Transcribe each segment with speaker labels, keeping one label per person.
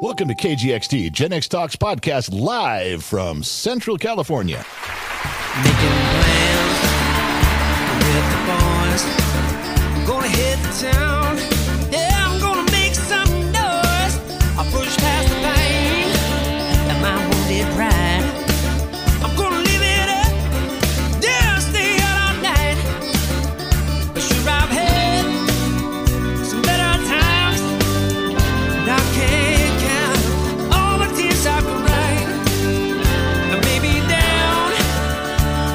Speaker 1: Welcome to KGXT, Gen X Talks podcast, live from Central California.
Speaker 2: Making plans with the boys. Gonna hit town. Yeah, I'm gonna make some noise. I push past the pain and my wounded pride. I'm gonna live it up. Yeah, stay out all night. But sure I've had some better times. And I can't count all the tears I cried. And maybe down.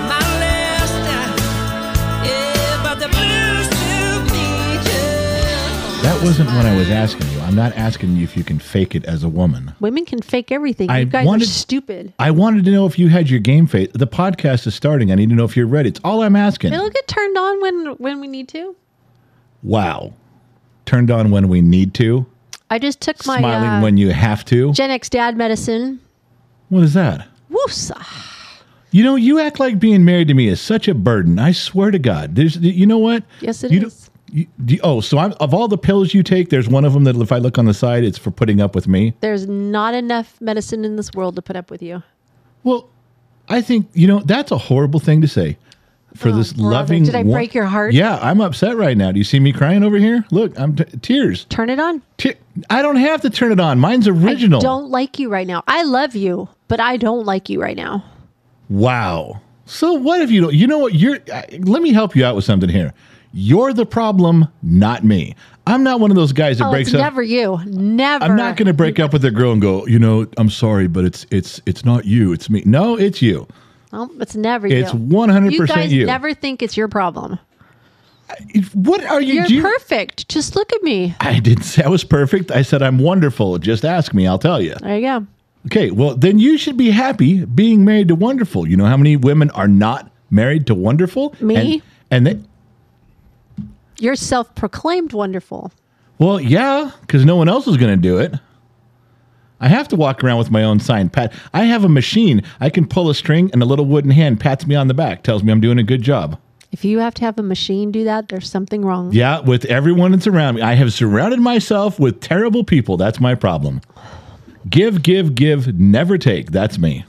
Speaker 2: My last time, yeah, but the blues to me, yeah.
Speaker 3: That wasn't what I was asking you. I'm not asking you if you can fake it as a woman.
Speaker 4: Women can fake everything.
Speaker 3: I
Speaker 4: you guys
Speaker 3: wanted-
Speaker 4: are stupid.
Speaker 3: I wanted to know if you had your game face. The podcast is starting. I need to know if you're ready. It's all I'm asking.
Speaker 4: It'll get turned on when when we need to.
Speaker 3: Wow. Turned on when we need to.
Speaker 4: I just took my
Speaker 3: smiling
Speaker 4: uh,
Speaker 3: when you have to.
Speaker 4: Gen X dad medicine.
Speaker 3: what is that?
Speaker 4: Woosa.
Speaker 3: You know, you act like being married to me is such a burden. I swear to God. There's, you know what?
Speaker 4: Yes, it
Speaker 3: it is.
Speaker 4: is.
Speaker 3: oh, so I'm, of all the pills you take, there's one of them that if I look on the side, it's for putting up with me.
Speaker 4: There's not enough medicine in this world to put up with you.
Speaker 3: Well, I think you know that's a horrible thing to say for this
Speaker 4: Oh, brother.
Speaker 3: loving.
Speaker 4: Did I
Speaker 3: wo-
Speaker 4: break your heart?
Speaker 3: Yeah, I'm upset right now. Do you see me crying over here? Look, I'm t- tears.
Speaker 4: Turn it on.
Speaker 3: Te- I don't have to turn it on. Mine's original.
Speaker 4: I don't like you right now. I love you, but I don't like you right now.
Speaker 3: Wow. So what if you don't? You know what? You're. I let me help you out with something here. You're the problem, not me. I'm not one of those guys that
Speaker 4: Oh,
Speaker 3: breaks
Speaker 4: it's
Speaker 3: up.
Speaker 4: never you. Never.
Speaker 3: I'm not going to break up with a girl and go. You know, I'm sorry, but it's it's it's not you. It's me. No, it's you.
Speaker 4: Oh, it's never you.
Speaker 3: It's 100%
Speaker 4: You guys
Speaker 3: you.
Speaker 4: never think it's your problem.
Speaker 3: If- What are you?
Speaker 4: You're
Speaker 3: do you-
Speaker 4: perfect. Just look at me.
Speaker 3: I didn't say I was perfect. I said I'm wonderful. Just ask me, I'll tell you.
Speaker 4: There you go.
Speaker 3: Okay, well, then you should be happy being married to wonderful. You know how many women are not married to wonderful?
Speaker 4: Me?
Speaker 3: And, and they,
Speaker 4: You're self-proclaimed wonderful.
Speaker 3: well, yeah, because no one else is going to do it. I have to walk around with my own sign, Pat. I have a machine. I can pull a string, and a little wooden hand pats me on the back, tells me I'm doing a good job.
Speaker 4: If you have to have a machine do that, there's something wrong.
Speaker 3: Yeah, with everyone that's around me. I have surrounded myself with terrible people. That's my problem. Give, give, give, never take. That's me.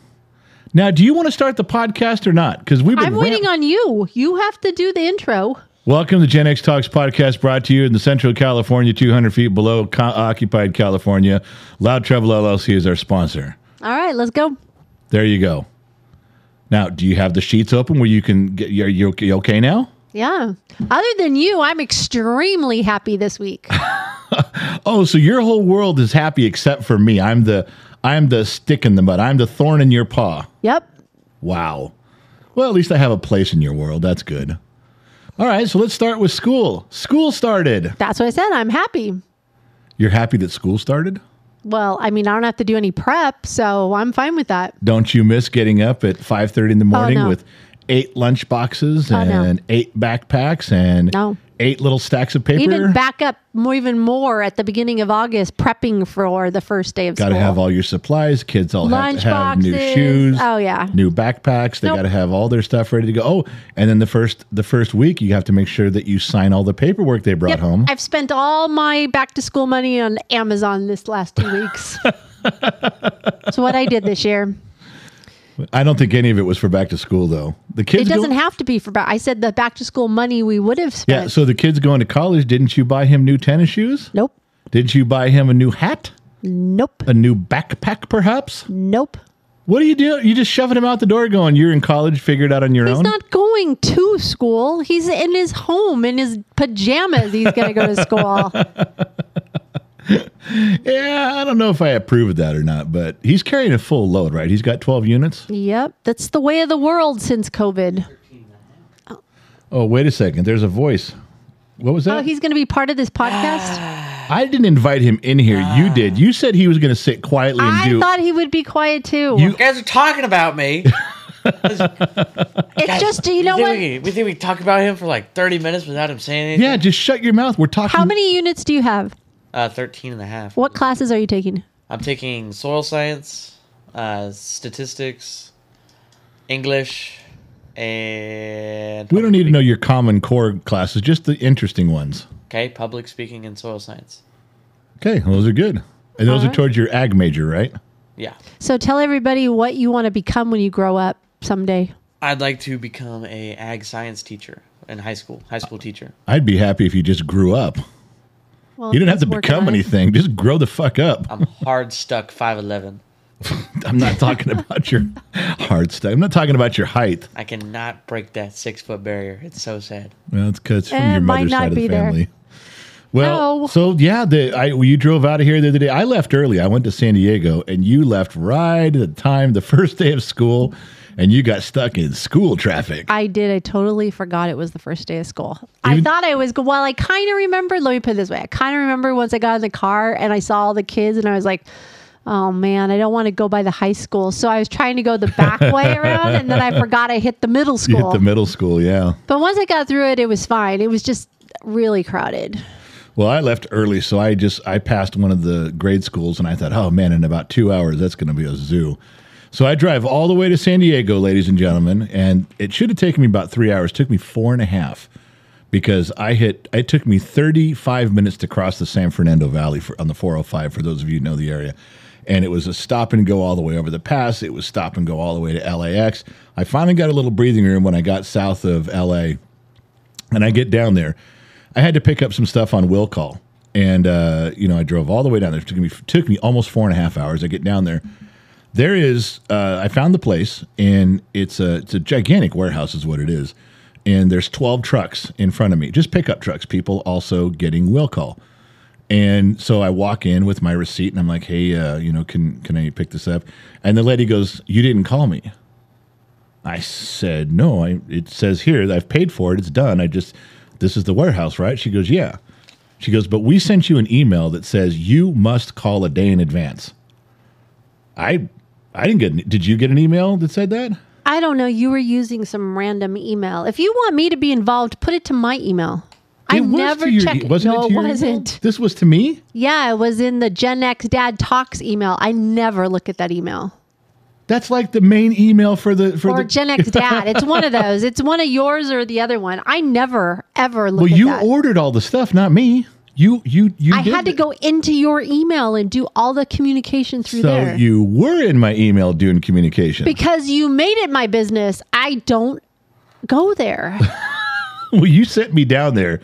Speaker 3: Now, do you want to start the podcast or not? Because we've been
Speaker 4: I'm waiting on you. You have to do the intro.
Speaker 3: Welcome to Gen X Talks podcast, brought to you in the Central California, 200 feet below co- occupied California. Loud Travel LLC is our sponsor.
Speaker 4: All right, let's go.
Speaker 3: There you go. Now, do you have the sheets open where you can get? You're, you you okay now?
Speaker 4: Yeah. Other than you, I'm extremely happy this week.
Speaker 3: Oh, so your whole world is happy except for me. I'm the I'm the stick in the mud. I'm the thorn in your paw.
Speaker 4: yep.
Speaker 3: Wow. Well, at least I have a place in your world. That's good. All right, so let's start with school. School started.
Speaker 4: That's what I said. I'm happy.
Speaker 3: You're happy that school started?
Speaker 4: Well, I mean, I don't have to do any prep, so I'm fine with that.
Speaker 3: Don't you miss getting up at 5:30 in the morning
Speaker 4: Oh, no.
Speaker 3: with eight lunch boxes
Speaker 4: Oh, no.
Speaker 3: and eight backpacks and
Speaker 4: No.
Speaker 3: eight little stacks of paper?
Speaker 4: Even back up more, even more at the beginning of August, prepping for the first day of
Speaker 3: Got to
Speaker 4: school.
Speaker 3: have all your supplies. Kids all have
Speaker 4: Lunch
Speaker 3: to have new
Speaker 4: boxes.
Speaker 3: shoes.
Speaker 4: Oh, yeah.
Speaker 3: new backpacks. They
Speaker 4: Nope.
Speaker 3: got to have all their stuff ready to go. Oh, and then the first the first week, you have to make sure that you sign all the paperwork they brought
Speaker 4: Yep.
Speaker 3: home.
Speaker 4: I've spent all my back to school money on Amazon this last two weeks. so what I did this year.
Speaker 3: I don't think any of it was for back to school though. The kids
Speaker 4: It doesn't
Speaker 3: go-
Speaker 4: have to be for. ba- I said the back to school money we would have spent.
Speaker 3: Yeah, so the kids going to college, didn't you buy him new tennis shoes?
Speaker 4: nope,
Speaker 3: Didn't you buy him a new hat?
Speaker 4: nope,
Speaker 3: A new backpack perhaps?
Speaker 4: nope.
Speaker 3: What do you do? You just shoving him out the door, going, "You're in college, figure it out on your
Speaker 4: He's
Speaker 3: own."
Speaker 4: not going to school. He's in his home in his pajamas. He's going to go to school.
Speaker 3: yeah, I don't know if I approve of that or not, but he's carrying a full load, right? He's got 12 units.
Speaker 4: yep, that's the way of the world since COVID.
Speaker 3: Oh, wait a second. There's a voice. What was that?
Speaker 4: Oh, he's going to be part of this podcast.
Speaker 3: I didn't invite him in here. you did. You said he was going to sit quietly and
Speaker 4: Ah. I
Speaker 3: do.
Speaker 4: thought he would be quiet too.
Speaker 3: You-
Speaker 5: You guys are talking about me.
Speaker 4: it's just you know
Speaker 5: we,
Speaker 4: what?
Speaker 5: think we, we think we talk about him for like 30 minutes without him saying anything.
Speaker 3: yeah, just shut your mouth. We're talking.
Speaker 4: How many units do you have?
Speaker 5: Uh, 13 and a half.
Speaker 4: What classes are you taking?
Speaker 5: I'm taking soil science, uh, statistics, English, and.
Speaker 3: We don't need to know your common core classes, just the interesting ones.
Speaker 5: Okay, public speaking and soil science.
Speaker 3: Okay, those are good. And those
Speaker 4: All
Speaker 3: are
Speaker 4: right.
Speaker 3: towards your ag major, right?
Speaker 5: Yeah.
Speaker 4: So tell everybody what you want to become when you grow up someday.
Speaker 5: I'd like to become a ag science teacher in high school, high school teacher.
Speaker 3: I'd be happy if you just grew up.
Speaker 4: Well,
Speaker 3: You didn't have
Speaker 4: that's
Speaker 3: to
Speaker 4: working
Speaker 3: become
Speaker 4: on it.
Speaker 3: anything. Just grow the fuck up.
Speaker 5: I'm hard stuck 5'11.
Speaker 3: I'm not talking about your hard stuff. I'm not talking about your height.
Speaker 5: I cannot break that six foot barrier. It's so sad.
Speaker 3: Well, it's because from
Speaker 4: Eh,
Speaker 3: your
Speaker 4: might
Speaker 3: mother's
Speaker 4: not
Speaker 3: side of the
Speaker 4: be there.
Speaker 3: family. Well,
Speaker 4: No.
Speaker 3: so yeah, the, I well, you drove out of here the other day. I left early. I went to San Diego, and you left right at the time the first day of school, and you got stuck in school traffic.
Speaker 4: I did. I totally forgot it was the first day of school. I
Speaker 3: Even-
Speaker 4: thought I was. go- Well, I kind of remembered. Let me put it this way. I kind of remember once I got in the car and I saw all the kids, and I was like, "Oh man, I don't want to go by the high school." So I was trying to go the back way around, and then I forgot I hit the middle
Speaker 3: You
Speaker 4: school.
Speaker 3: hit the middle school, yeah.
Speaker 4: but once I got through it, it was fine. It was just really crowded.
Speaker 3: Well, I left early, so I just I passed one of the grade schools, and I thought, oh man, in about two hours, that's going to be a zoo. So I drive all the way to San Diego, ladies and gentlemen, and it should have taken me about three hours. took me four and a half because I hit. It took me thirty five minutes to cross the San Fernando Valley for, on the four hundred five. For those of you who know the area. And it was a stop and go all the way over the pass. It was stop and go all the way to LAX. I finally got a little breathing room when I got south of LA and I get down there. I had to pick up some stuff on will call, and uh, you know I drove all the way down there. It took me took me almost four and a half hours. I get down there. There is uh, I found the place, and it's a it's a gigantic warehouse, is what it is. And there's 12 trucks in front of me, just pickup trucks. People also getting will call. And so I walk in with my receipt, and I'm like, "Hey, uh, you know, can can I pick this up?" And the lady goes, "You didn't call me." I said, "No, I, it says here I've paid for it. It's done. I just this is the warehouse, right?" She goes, "Yeah." She goes, "But we sent you an email that says you must call a day in advance." I I didn't get. an- Did you get an email that said that?
Speaker 4: I don't know. You were using some random email. If you want me to be involved, put it to my email. I
Speaker 3: It was to
Speaker 4: never
Speaker 3: your
Speaker 4: check
Speaker 3: e-
Speaker 4: it.
Speaker 3: Wasn't
Speaker 4: no,
Speaker 3: it to your email?
Speaker 4: wasn't.
Speaker 3: This was to me.
Speaker 4: Yeah, it was in the Gen X Dad Talks email. I never look at that email.
Speaker 3: That's like the main email for the for
Speaker 4: Or
Speaker 3: the
Speaker 4: Gen X Dad. It's one of those. It's one of yours or the other one. I never ever look
Speaker 3: Well,
Speaker 4: at
Speaker 3: you
Speaker 4: that.
Speaker 3: ordered all the stuff, not me. You you you.
Speaker 4: I
Speaker 3: did
Speaker 4: had to
Speaker 3: th-
Speaker 4: go into your email and do all the communication through
Speaker 3: So
Speaker 4: there.
Speaker 3: you were in my email doing communication.
Speaker 4: because you made it my business, I don't go there.
Speaker 3: well, you sent me down there,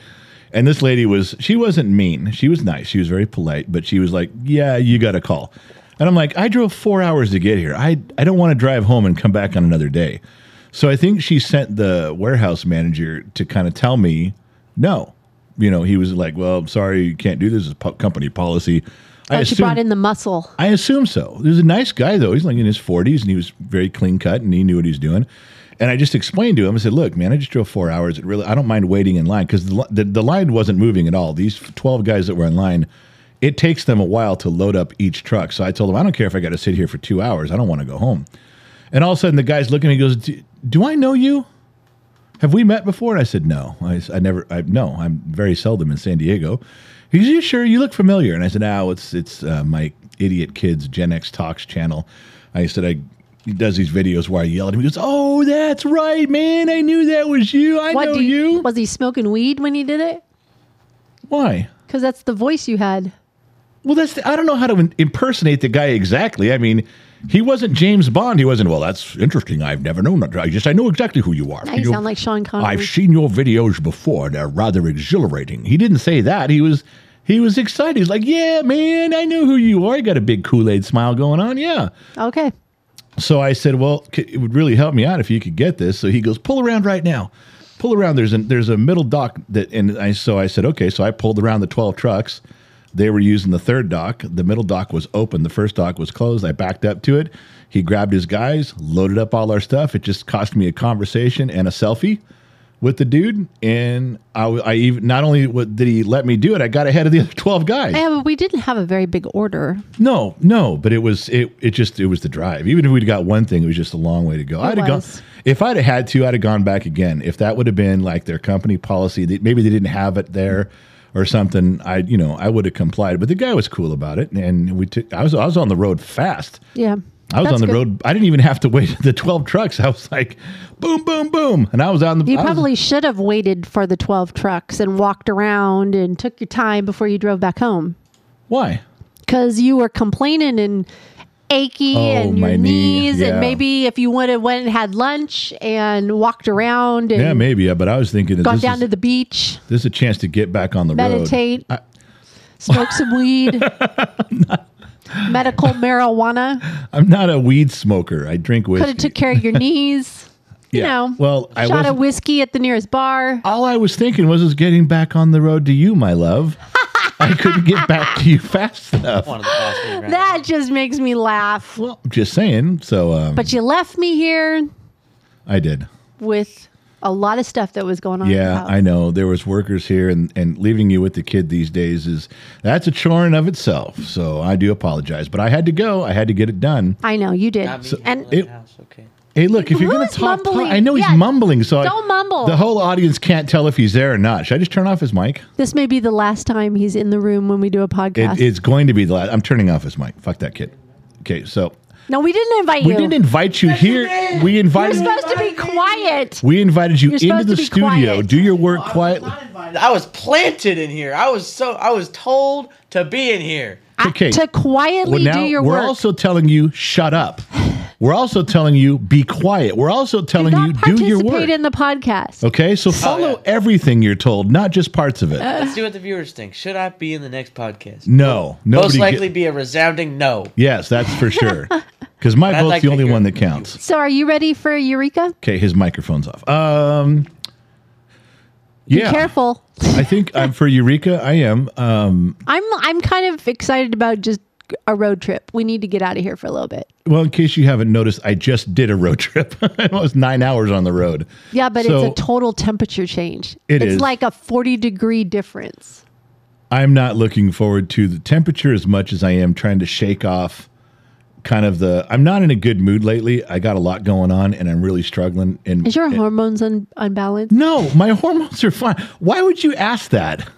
Speaker 3: and this lady was she wasn't mean. She was nice. She was very polite, but she was like, "Yeah, you got a call," and I'm like, "I drove four hours to get here. I I don't want to drive home and come back on another day." So I think she sent the warehouse manager to kind of tell me, "No." You know, he was like, "Well, I'm sorry, you can't do this. It's po- company policy." I
Speaker 4: But you
Speaker 3: assume-
Speaker 4: brought in the muscle.
Speaker 3: I assume so. He was a nice guy though. He's like in his forties and he was very clean cut and he knew what he was doing. And I just explained to him. I said, "Look, man, I just drove four hours. It really, I don't mind waiting in line because the, li- the the line wasn't moving at all. These twelve guys that were in line, it takes them a while to load up each truck. So I told him, I don't care if I got to sit here for two hours. I don't want to go home. And all of a sudden, the guy's looking at me. He goes, "Do- "Do I know you? Have we met before?" And I said, "No. I, s- I never. I no. I'm very seldom in San Diego." He goes, "You sure? You look familiar." And I said, "No, it's it's uh, my idiot kids Gen X Talks channel." I said, "I." He does these videos where I yell at him. He goes, "Oh, that's right, man! I knew that was you. I know
Speaker 4: do
Speaker 3: you.
Speaker 4: Was he smoking weed when he did it?
Speaker 3: Why?
Speaker 4: Because that's the voice you had.
Speaker 3: Well, that's the, I don't know how to im- impersonate the guy exactly. I mean, he wasn't James Bond. He wasn't. Well, that's interesting. I've never known. that. I just I know exactly who you are.
Speaker 4: Now you
Speaker 3: You've-
Speaker 4: sound like Sean Connery.
Speaker 3: I've seen your videos before. They're rather exhilarating. He didn't say that. He was he was excited. He's like, yeah, man, I know who you are. You got a big Kool Aid smile going on. Yeah.
Speaker 4: okay.
Speaker 3: So I said, well, c- it would really help me out if you could get this. So he goes, pull around right now. Pull around. There's an there's a middle dock that, and I so I said, okay. So I pulled around the twelve trucks. They were using the third dock. The middle dock was open. The first dock was closed. I backed up to it. He grabbed his guys, loaded up all our stuff. It just cost me a conversation and a selfie with the dude. And I, w- I even not only wa- did he let me do it, I got ahead of the other twelve guys.
Speaker 4: Yeah, but we didn't have a very big order.
Speaker 3: No, no, but it was it. It just it was the drive. Even if we'd got one thing, it was just a long way to go. I'd have gone
Speaker 4: was.
Speaker 3: if I'd have had to. I'd have gone back again. If that would have been like their company policy, that maybe they didn't have it there or something. I you know I would have complied. But the guy was cool about it, and we took. I was I was on the road fast.
Speaker 4: Yeah.
Speaker 3: I was
Speaker 4: That's
Speaker 3: on the
Speaker 4: good.
Speaker 3: road. I didn't even have to wait the twelve trucks. I was like, boom, boom, boom, and I was on the.
Speaker 4: You
Speaker 3: I was-
Speaker 4: probably should have waited for the 12 trucks and walked around and took your time before you drove back home
Speaker 3: why?
Speaker 4: because you were complaining and achy
Speaker 3: Oh,
Speaker 4: and your
Speaker 3: my knee,
Speaker 4: knees
Speaker 3: yeah.
Speaker 4: and maybe if you would have went and had lunch and walked around and
Speaker 3: Yeah, maybe. Yeah, but I was thinking that
Speaker 4: gone
Speaker 3: this,
Speaker 4: down
Speaker 3: is,
Speaker 4: to the beach,
Speaker 3: this is a chance to get back on the
Speaker 4: Meditate.
Speaker 3: road.
Speaker 4: smoke some weed, medical marijuana,
Speaker 3: I, I'm not a weed smoker. I drink whiskey.
Speaker 4: could have took care of your knees. You
Speaker 3: Yeah.
Speaker 4: know,
Speaker 3: Well, I
Speaker 4: shot of
Speaker 3: wasn't-
Speaker 4: whiskey at the nearest bar.
Speaker 3: All I was thinking was is getting back on the road to you, my love. I couldn't get back to you fast enough.
Speaker 5: One of the fast food restaurants.
Speaker 4: That just makes me laugh.
Speaker 3: Well, just saying. So um,
Speaker 4: But you left me here
Speaker 3: I did.
Speaker 4: with a lot of stuff that was going on. in your
Speaker 3: Yeah,
Speaker 4: house.
Speaker 3: I know. There was workers here and, and leaving you with the kid these days is that's a chore in of itself. So I do apologize. But I had to go. I had to get it done.
Speaker 4: I know you did.
Speaker 5: Not me.
Speaker 4: and
Speaker 5: It,
Speaker 3: it-
Speaker 5: house. Okay.
Speaker 3: Hey, look, if you're
Speaker 4: Who
Speaker 3: going
Speaker 4: is
Speaker 3: to talk, talk-
Speaker 4: mumbling?
Speaker 3: I know he's
Speaker 4: Yeah.
Speaker 3: mumbling. So I-
Speaker 4: Don't mumble.
Speaker 3: The whole audience can't tell if he's there or not. Should I just turn off his mic?
Speaker 4: this may be the last time he's in the room when we do a podcast.
Speaker 3: It, it's going to be the last. I'm turning off his mic. Fuck that kid. Okay, so
Speaker 4: no, we didn't invite
Speaker 3: we
Speaker 4: you.
Speaker 3: didn't invite you here. We
Speaker 4: You're
Speaker 3: invited
Speaker 4: supposed to be quiet.
Speaker 3: we invited you
Speaker 4: You're
Speaker 3: into
Speaker 4: supposed
Speaker 3: the
Speaker 4: to be
Speaker 3: studio.
Speaker 4: quiet.
Speaker 3: Do your work quietly.
Speaker 5: I was planted in here. I was so I was told to be in here.
Speaker 3: Okay.
Speaker 4: To
Speaker 3: Well,
Speaker 4: quietly
Speaker 3: now
Speaker 4: do your
Speaker 3: we're
Speaker 4: work.
Speaker 3: also telling you shut up. We're also telling you be quiet. We're also telling
Speaker 4: not
Speaker 3: you do
Speaker 4: participate
Speaker 3: your work.
Speaker 4: in the podcast.
Speaker 3: okay,
Speaker 5: Oh,
Speaker 3: so follow everything you're told, not just parts of it.
Speaker 4: Uh.
Speaker 5: Let's see what the viewers think. Should I be in the next podcast?
Speaker 3: no, nobody.
Speaker 5: Most
Speaker 3: get-
Speaker 5: likely be a resounding no.
Speaker 3: yes, that's for sure. Because my
Speaker 5: I'd
Speaker 3: vote's
Speaker 5: like
Speaker 3: the
Speaker 5: to
Speaker 3: only
Speaker 5: hear
Speaker 3: one that
Speaker 5: from
Speaker 3: counts.
Speaker 4: So, are you ready for Eureka?
Speaker 3: Okay, his microphone's off. Um, yeah,
Speaker 4: Be careful.
Speaker 3: I think I'm for Eureka. I am. Um,
Speaker 4: I'm I'm kind of excited about just a road trip. We need to get out of here for a little bit.
Speaker 3: well, in case you haven't noticed, I just did a road trip. I was nine hours on the road.
Speaker 4: Yeah, but
Speaker 3: So-
Speaker 4: it's a total temperature change.
Speaker 3: It
Speaker 4: it's
Speaker 3: is.
Speaker 4: like a 40 degree difference.
Speaker 3: I'm not looking forward to the temperature as much as I am trying to shake off kind of the I'm not in a good mood lately. I got a lot going on and I'm really struggling and
Speaker 4: Is your hormones un- unbalanced?
Speaker 3: No, my hormones are fine. Why would you ask that?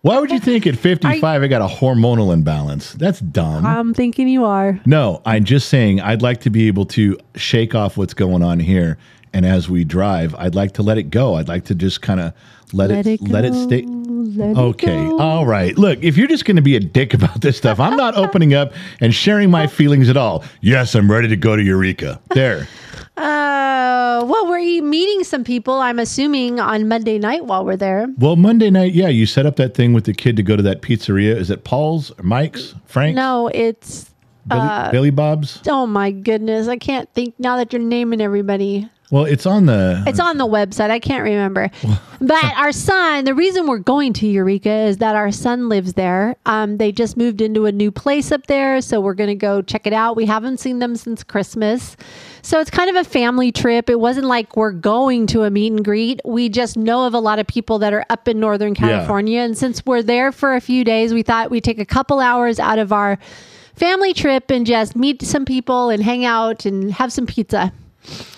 Speaker 3: Why would you think at 55 I got a hormonal imbalance? That's dumb.
Speaker 4: I'm thinking you are.
Speaker 3: No, I'm just saying I'd like to be able to shake off what's going on here. And as we drive, I'd like to let it go. I'd like to just kind of let,
Speaker 4: Let
Speaker 3: it,
Speaker 4: it
Speaker 3: let it
Speaker 4: go,
Speaker 3: stay.
Speaker 4: let it
Speaker 3: okay.
Speaker 4: go.
Speaker 3: All right. Look, if you're just going to be a dick about this stuff, I'm not opening up and sharing my feelings at all. Yes, I'm ready to go to Eureka. There.
Speaker 4: Uh, well, we're e- meeting some people, I'm assuming, on Monday night while we're there.
Speaker 3: Well, Monday night, yeah, you set up that thing with the kid to go to that pizzeria. Is it Paul's, or Mike's, Frank's,
Speaker 4: No, uh, it's.
Speaker 3: Billy, Billy Bob's?
Speaker 4: Oh my goodness. I can't think now that you're naming everybody.
Speaker 3: Well, it's on the.
Speaker 4: It's on the website. I can't remember. But our son, the reason we're going to Eureka is that our son lives there. Um, they just moved into a new place up there. So we're going to go check it out. We haven't seen them since Christmas. So it's kind of a family trip. It wasn't like we're going to a meet and greet. We just know of a lot of people that are up in Northern California. And since we're there for a few days, we thought we'd take a couple hours out of our family trip and just meet some people and hang out and have some pizza.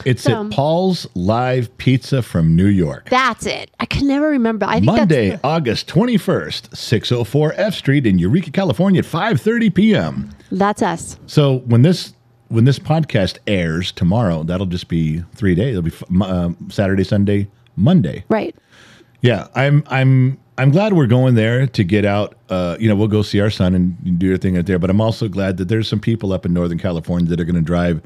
Speaker 3: It's
Speaker 4: Um,
Speaker 3: at Paul's Live Pizza from New York.
Speaker 4: That's it. I can never remember. I think
Speaker 3: Monday,
Speaker 4: That's
Speaker 3: August 21st, 604 F Street in Eureka, California at 5:30 p.m.
Speaker 4: the- that's us.
Speaker 3: So when this when this podcast airs tomorrow, that'll just be 3 days. It'll be f- m- um, Saturday, Sunday, Monday.
Speaker 4: Right.
Speaker 3: Yeah, I'm I'm I'm glad we're going there to get out. Uh, you know, we'll go see our son and do your thing out there. But I'm also glad that there's some people up in Northern California that are going to drive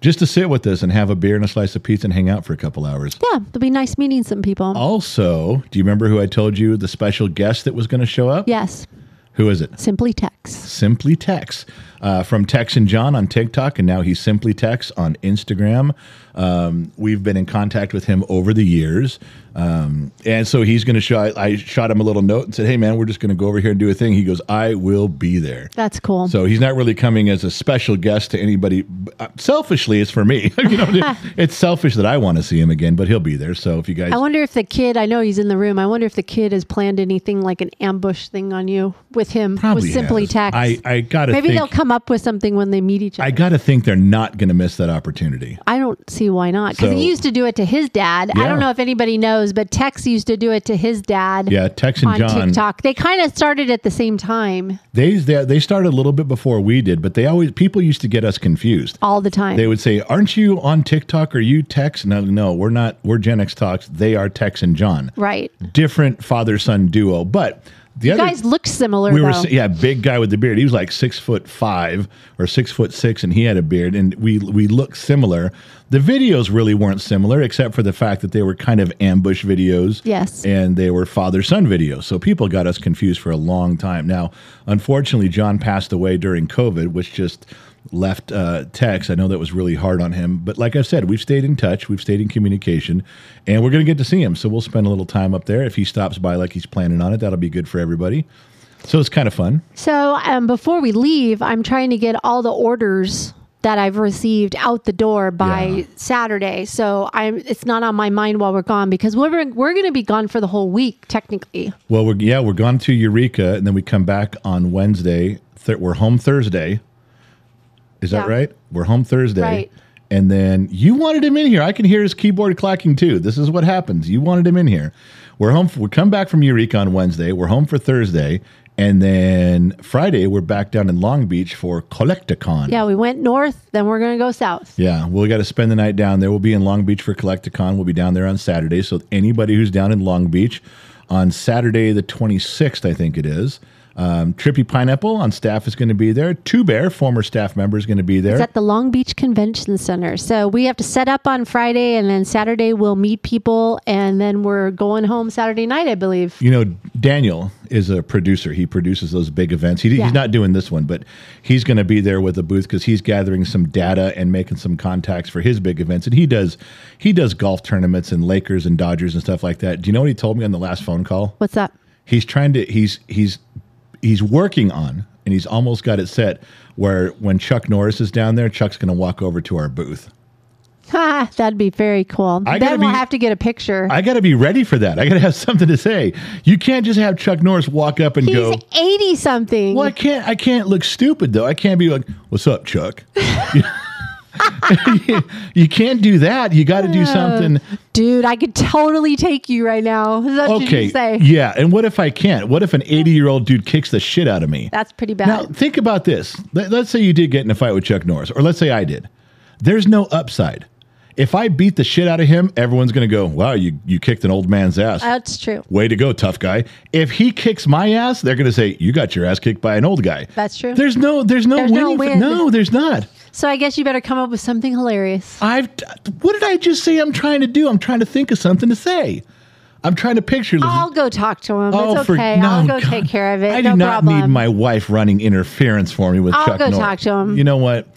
Speaker 3: just to sit with us and have a beer and a slice of pizza and hang out for a couple hours.
Speaker 4: Yeah. It'll be nice meeting some people.
Speaker 3: Also, do you remember who I told you the special guest that was going to show up?
Speaker 4: Yes.
Speaker 3: Who is it?
Speaker 4: Simply text.
Speaker 3: Simply Tex uh, from Tex and John on TikTok, and now he's Simply Tex on Instagram. Um, we've been in contact with him over the years, um, and so he's going to show. I, I shot him a little note and said, "Hey, man, we're just going to go over here and do a thing." He goes, "I will be there."
Speaker 4: That's cool.
Speaker 3: So he's not really coming as a special guest to anybody. B- uh, Selfishly, it's for me. you know, it- it's selfish that I want to see him again, but he'll be there. So if you guys,
Speaker 4: I wonder if the kid, I know he's in the room. I wonder if the kid has planned anything like an ambush thing on you with him, with Simply
Speaker 3: has.
Speaker 4: text.
Speaker 3: I, I gotta
Speaker 4: Maybe
Speaker 3: think,
Speaker 4: they'll come up with something when they meet each other.
Speaker 3: I gotta think they're not gonna miss that opportunity.
Speaker 4: I don't see why not. Because
Speaker 3: So-
Speaker 4: he used to do it to his dad. I
Speaker 3: Yeah.
Speaker 4: don't know if anybody knows, but Tex used to do it to his dad
Speaker 3: Yeah, Tex and
Speaker 4: on
Speaker 3: John.
Speaker 4: TikTok. They kind of started at the same time
Speaker 3: They, they they started a little bit before we did, but they always people used to get us confused.
Speaker 4: all the time.
Speaker 3: They would say, "Aren't you on TikTok? Are you Tex?" No, no, we're not. We're Gen X Talks. They are Tex and John,
Speaker 4: right.
Speaker 3: different father son duo, but The
Speaker 4: You guys look similar
Speaker 3: we
Speaker 4: though.
Speaker 3: were si- yeah, big guy with the beard. He was like six foot five or six foot six, and he had a beard, and we we looked similar. The videos really weren't similar, except for the fact that they were kind of ambush videos.
Speaker 4: Yes.
Speaker 3: and they were father son videos, so people got us confused for a long time. Now, unfortunately, John passed away during COVID, which just left uh, Tex. I know that was really hard on him, but like I said, we've stayed in touch, we've stayed in communication, and we're gonna get to see him. So we'll spend a little time up there if he stops by, like he's planning on it. That'll be good for everybody. So it's kind of fun.
Speaker 4: So um, before we leave, I'm trying to get all the orders that I've received out the door by
Speaker 3: Yeah.
Speaker 4: Saturday. So I'm it's not on my mind while we're gone because we're we're going to be gone for the whole week technically.
Speaker 3: Well, we're yeah, we're gone to Eureka, and then we come back on Wednesday. Th- we're home Thursday. Is that
Speaker 4: Yeah.
Speaker 3: right? We're home Thursday.
Speaker 4: Right.
Speaker 3: And then you wanted him in here. I can hear his keyboard clacking too. This is what happens. You wanted him in here. We're home. f we come back from Eureka on Wednesday. We're home for Thursday, and then Friday we're back down in Long Beach for Collecticon.
Speaker 4: Yeah, we went north, then we're going to go south.
Speaker 3: Yeah, we got to spend the night down there. We'll be in Long Beach for Collecticon. We'll be down there on Saturday. So anybody who's down in Long Beach on Saturday the 26th, I think it is, um, Trippy Pineapple on staff is going to be there. Two Bear, former staff member, is going to be there.
Speaker 4: It's at the Long Beach Convention Center. So we have to set up on Friday and then Saturday we'll meet people and then we're going home Saturday night, I believe.
Speaker 3: you know, Daniel is a producer. He produces those big events. He,
Speaker 4: Yeah.
Speaker 3: He's not doing this one, but he's going to be there with a booth because he's gathering some data and making some contacts for his big events. And he does he does golf tournaments and Lakers and Dodgers and stuff like that. Do you know what he told me on the last phone call?
Speaker 4: What's up?
Speaker 3: he's trying to he's he's he's working on and he's almost got it set where when Chuck Norris is down there, Chuck's going to walk over to our booth.
Speaker 4: Ha, that'd be very cool.
Speaker 3: I gotta
Speaker 4: then we'll
Speaker 3: be-
Speaker 4: have to get a picture.
Speaker 3: I got to be ready for that. I got to have something to say. You can't just have Chuck Norris walk up and
Speaker 4: He's
Speaker 3: go.
Speaker 4: 80 something.
Speaker 3: Well, I can't. I can't look stupid though. I can't be like, "What's up, Chuck?" you can't do that. You got to
Speaker 4: Oh,
Speaker 3: do something.
Speaker 4: Dude, I could totally take you right now. That's what
Speaker 3: Okay.
Speaker 4: you say.
Speaker 3: Yeah. And what if I can't? What if an eighty-year-old dude kicks the shit out of me?
Speaker 4: That's pretty bad.
Speaker 3: Now, think about this. Let, us say you did get in a fight with Chuck Norris, or let's say I did. There's no upside. If I beat the shit out of him, everyone's going to go, wow, you, you kicked an old man's ass.
Speaker 4: That's true.
Speaker 3: Way to go, tough guy. If he kicks my ass, they're going to say, you got your ass kicked by an old guy.
Speaker 4: That's true.
Speaker 3: There's no, there's no
Speaker 4: There's no
Speaker 3: winning.
Speaker 4: win.
Speaker 3: no, there's not.
Speaker 4: So I guess you better come up with something hilarious.
Speaker 3: I've, what did I just say I'm trying to do? I'm trying to think of something to say. I'm trying to picture.
Speaker 4: I'll go talk to him. it's
Speaker 3: Oh, for-
Speaker 4: okay. I'll
Speaker 3: no,
Speaker 4: go
Speaker 3: God.
Speaker 4: take care of it.
Speaker 3: I
Speaker 4: no
Speaker 3: do not
Speaker 4: problem.
Speaker 3: need my wife running interference for me with
Speaker 4: I'll
Speaker 3: Chuck
Speaker 4: go
Speaker 3: Norris.
Speaker 4: talk to him.
Speaker 3: You know what?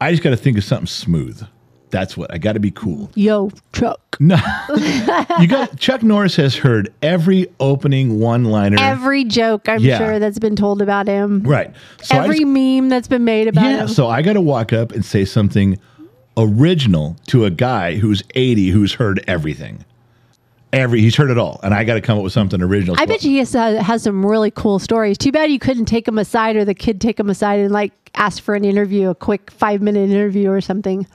Speaker 3: I just got to think of something smooth. That's what I got to be cool.
Speaker 4: Yo, Chuck.
Speaker 3: No, you got Chuck Norris has heard every opening one-liner,
Speaker 4: Every joke I'm
Speaker 3: Yeah.
Speaker 4: sure that's been told about him.
Speaker 3: right? So I
Speaker 4: Every
Speaker 3: just-
Speaker 4: meme that's been made about
Speaker 3: yeah.
Speaker 4: him.
Speaker 3: So I got to walk up and say something original to a guy who's eighty, who's heard everything. Every he's heard it all, and I got to come up with something original.
Speaker 4: I bet you he has, uh, has some really cool stories. Too bad you couldn't take him aside or the kid take him aside and like ask for an interview, a quick five minute interview or something.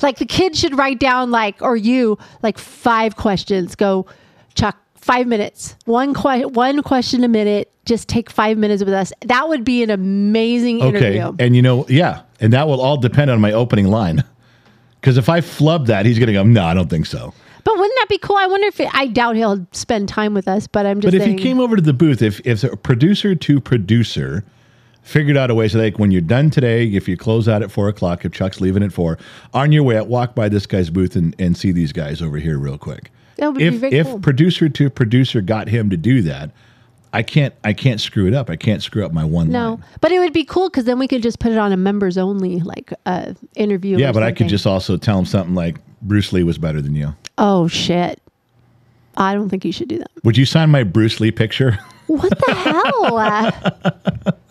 Speaker 4: Like the kid should write down like, or you, like five questions. Go, Chuck, five minutes. One, que- one question a minute. Just take five minutes with us. That would be an amazing
Speaker 3: Okay.
Speaker 4: interview.
Speaker 3: And you know, yeah. And that will all depend on my opening line. Because if I flub that, he's going to go, no, I don't think so.
Speaker 4: But wouldn't that be cool? I wonder if it, I doubt he'll spend time with us, but I'm just
Speaker 3: But if
Speaker 4: saying.
Speaker 3: he came over to the booth, if, if a producer to producer figured out a way so like when you're done today, if you close out at four o'clock, if Chuck's leaving at four, on your way out, walk by this guy's booth and, and see these guys over here real quick.
Speaker 4: That would be
Speaker 3: if
Speaker 4: very
Speaker 3: if
Speaker 4: cool.
Speaker 3: producer to producer got him to do that, I can't I can't screw it up. I can't screw up my one
Speaker 4: No,
Speaker 3: line.
Speaker 4: but it would be cool because then we could just put it on a members only like uh, interview.
Speaker 3: Yeah,
Speaker 4: or
Speaker 3: but I could
Speaker 4: something.
Speaker 3: just also tell him something like Bruce Lee was better than you.
Speaker 4: Oh shit! I don't think you should do that.
Speaker 3: Would you sign my Bruce Lee picture?
Speaker 4: What the hell? Uh,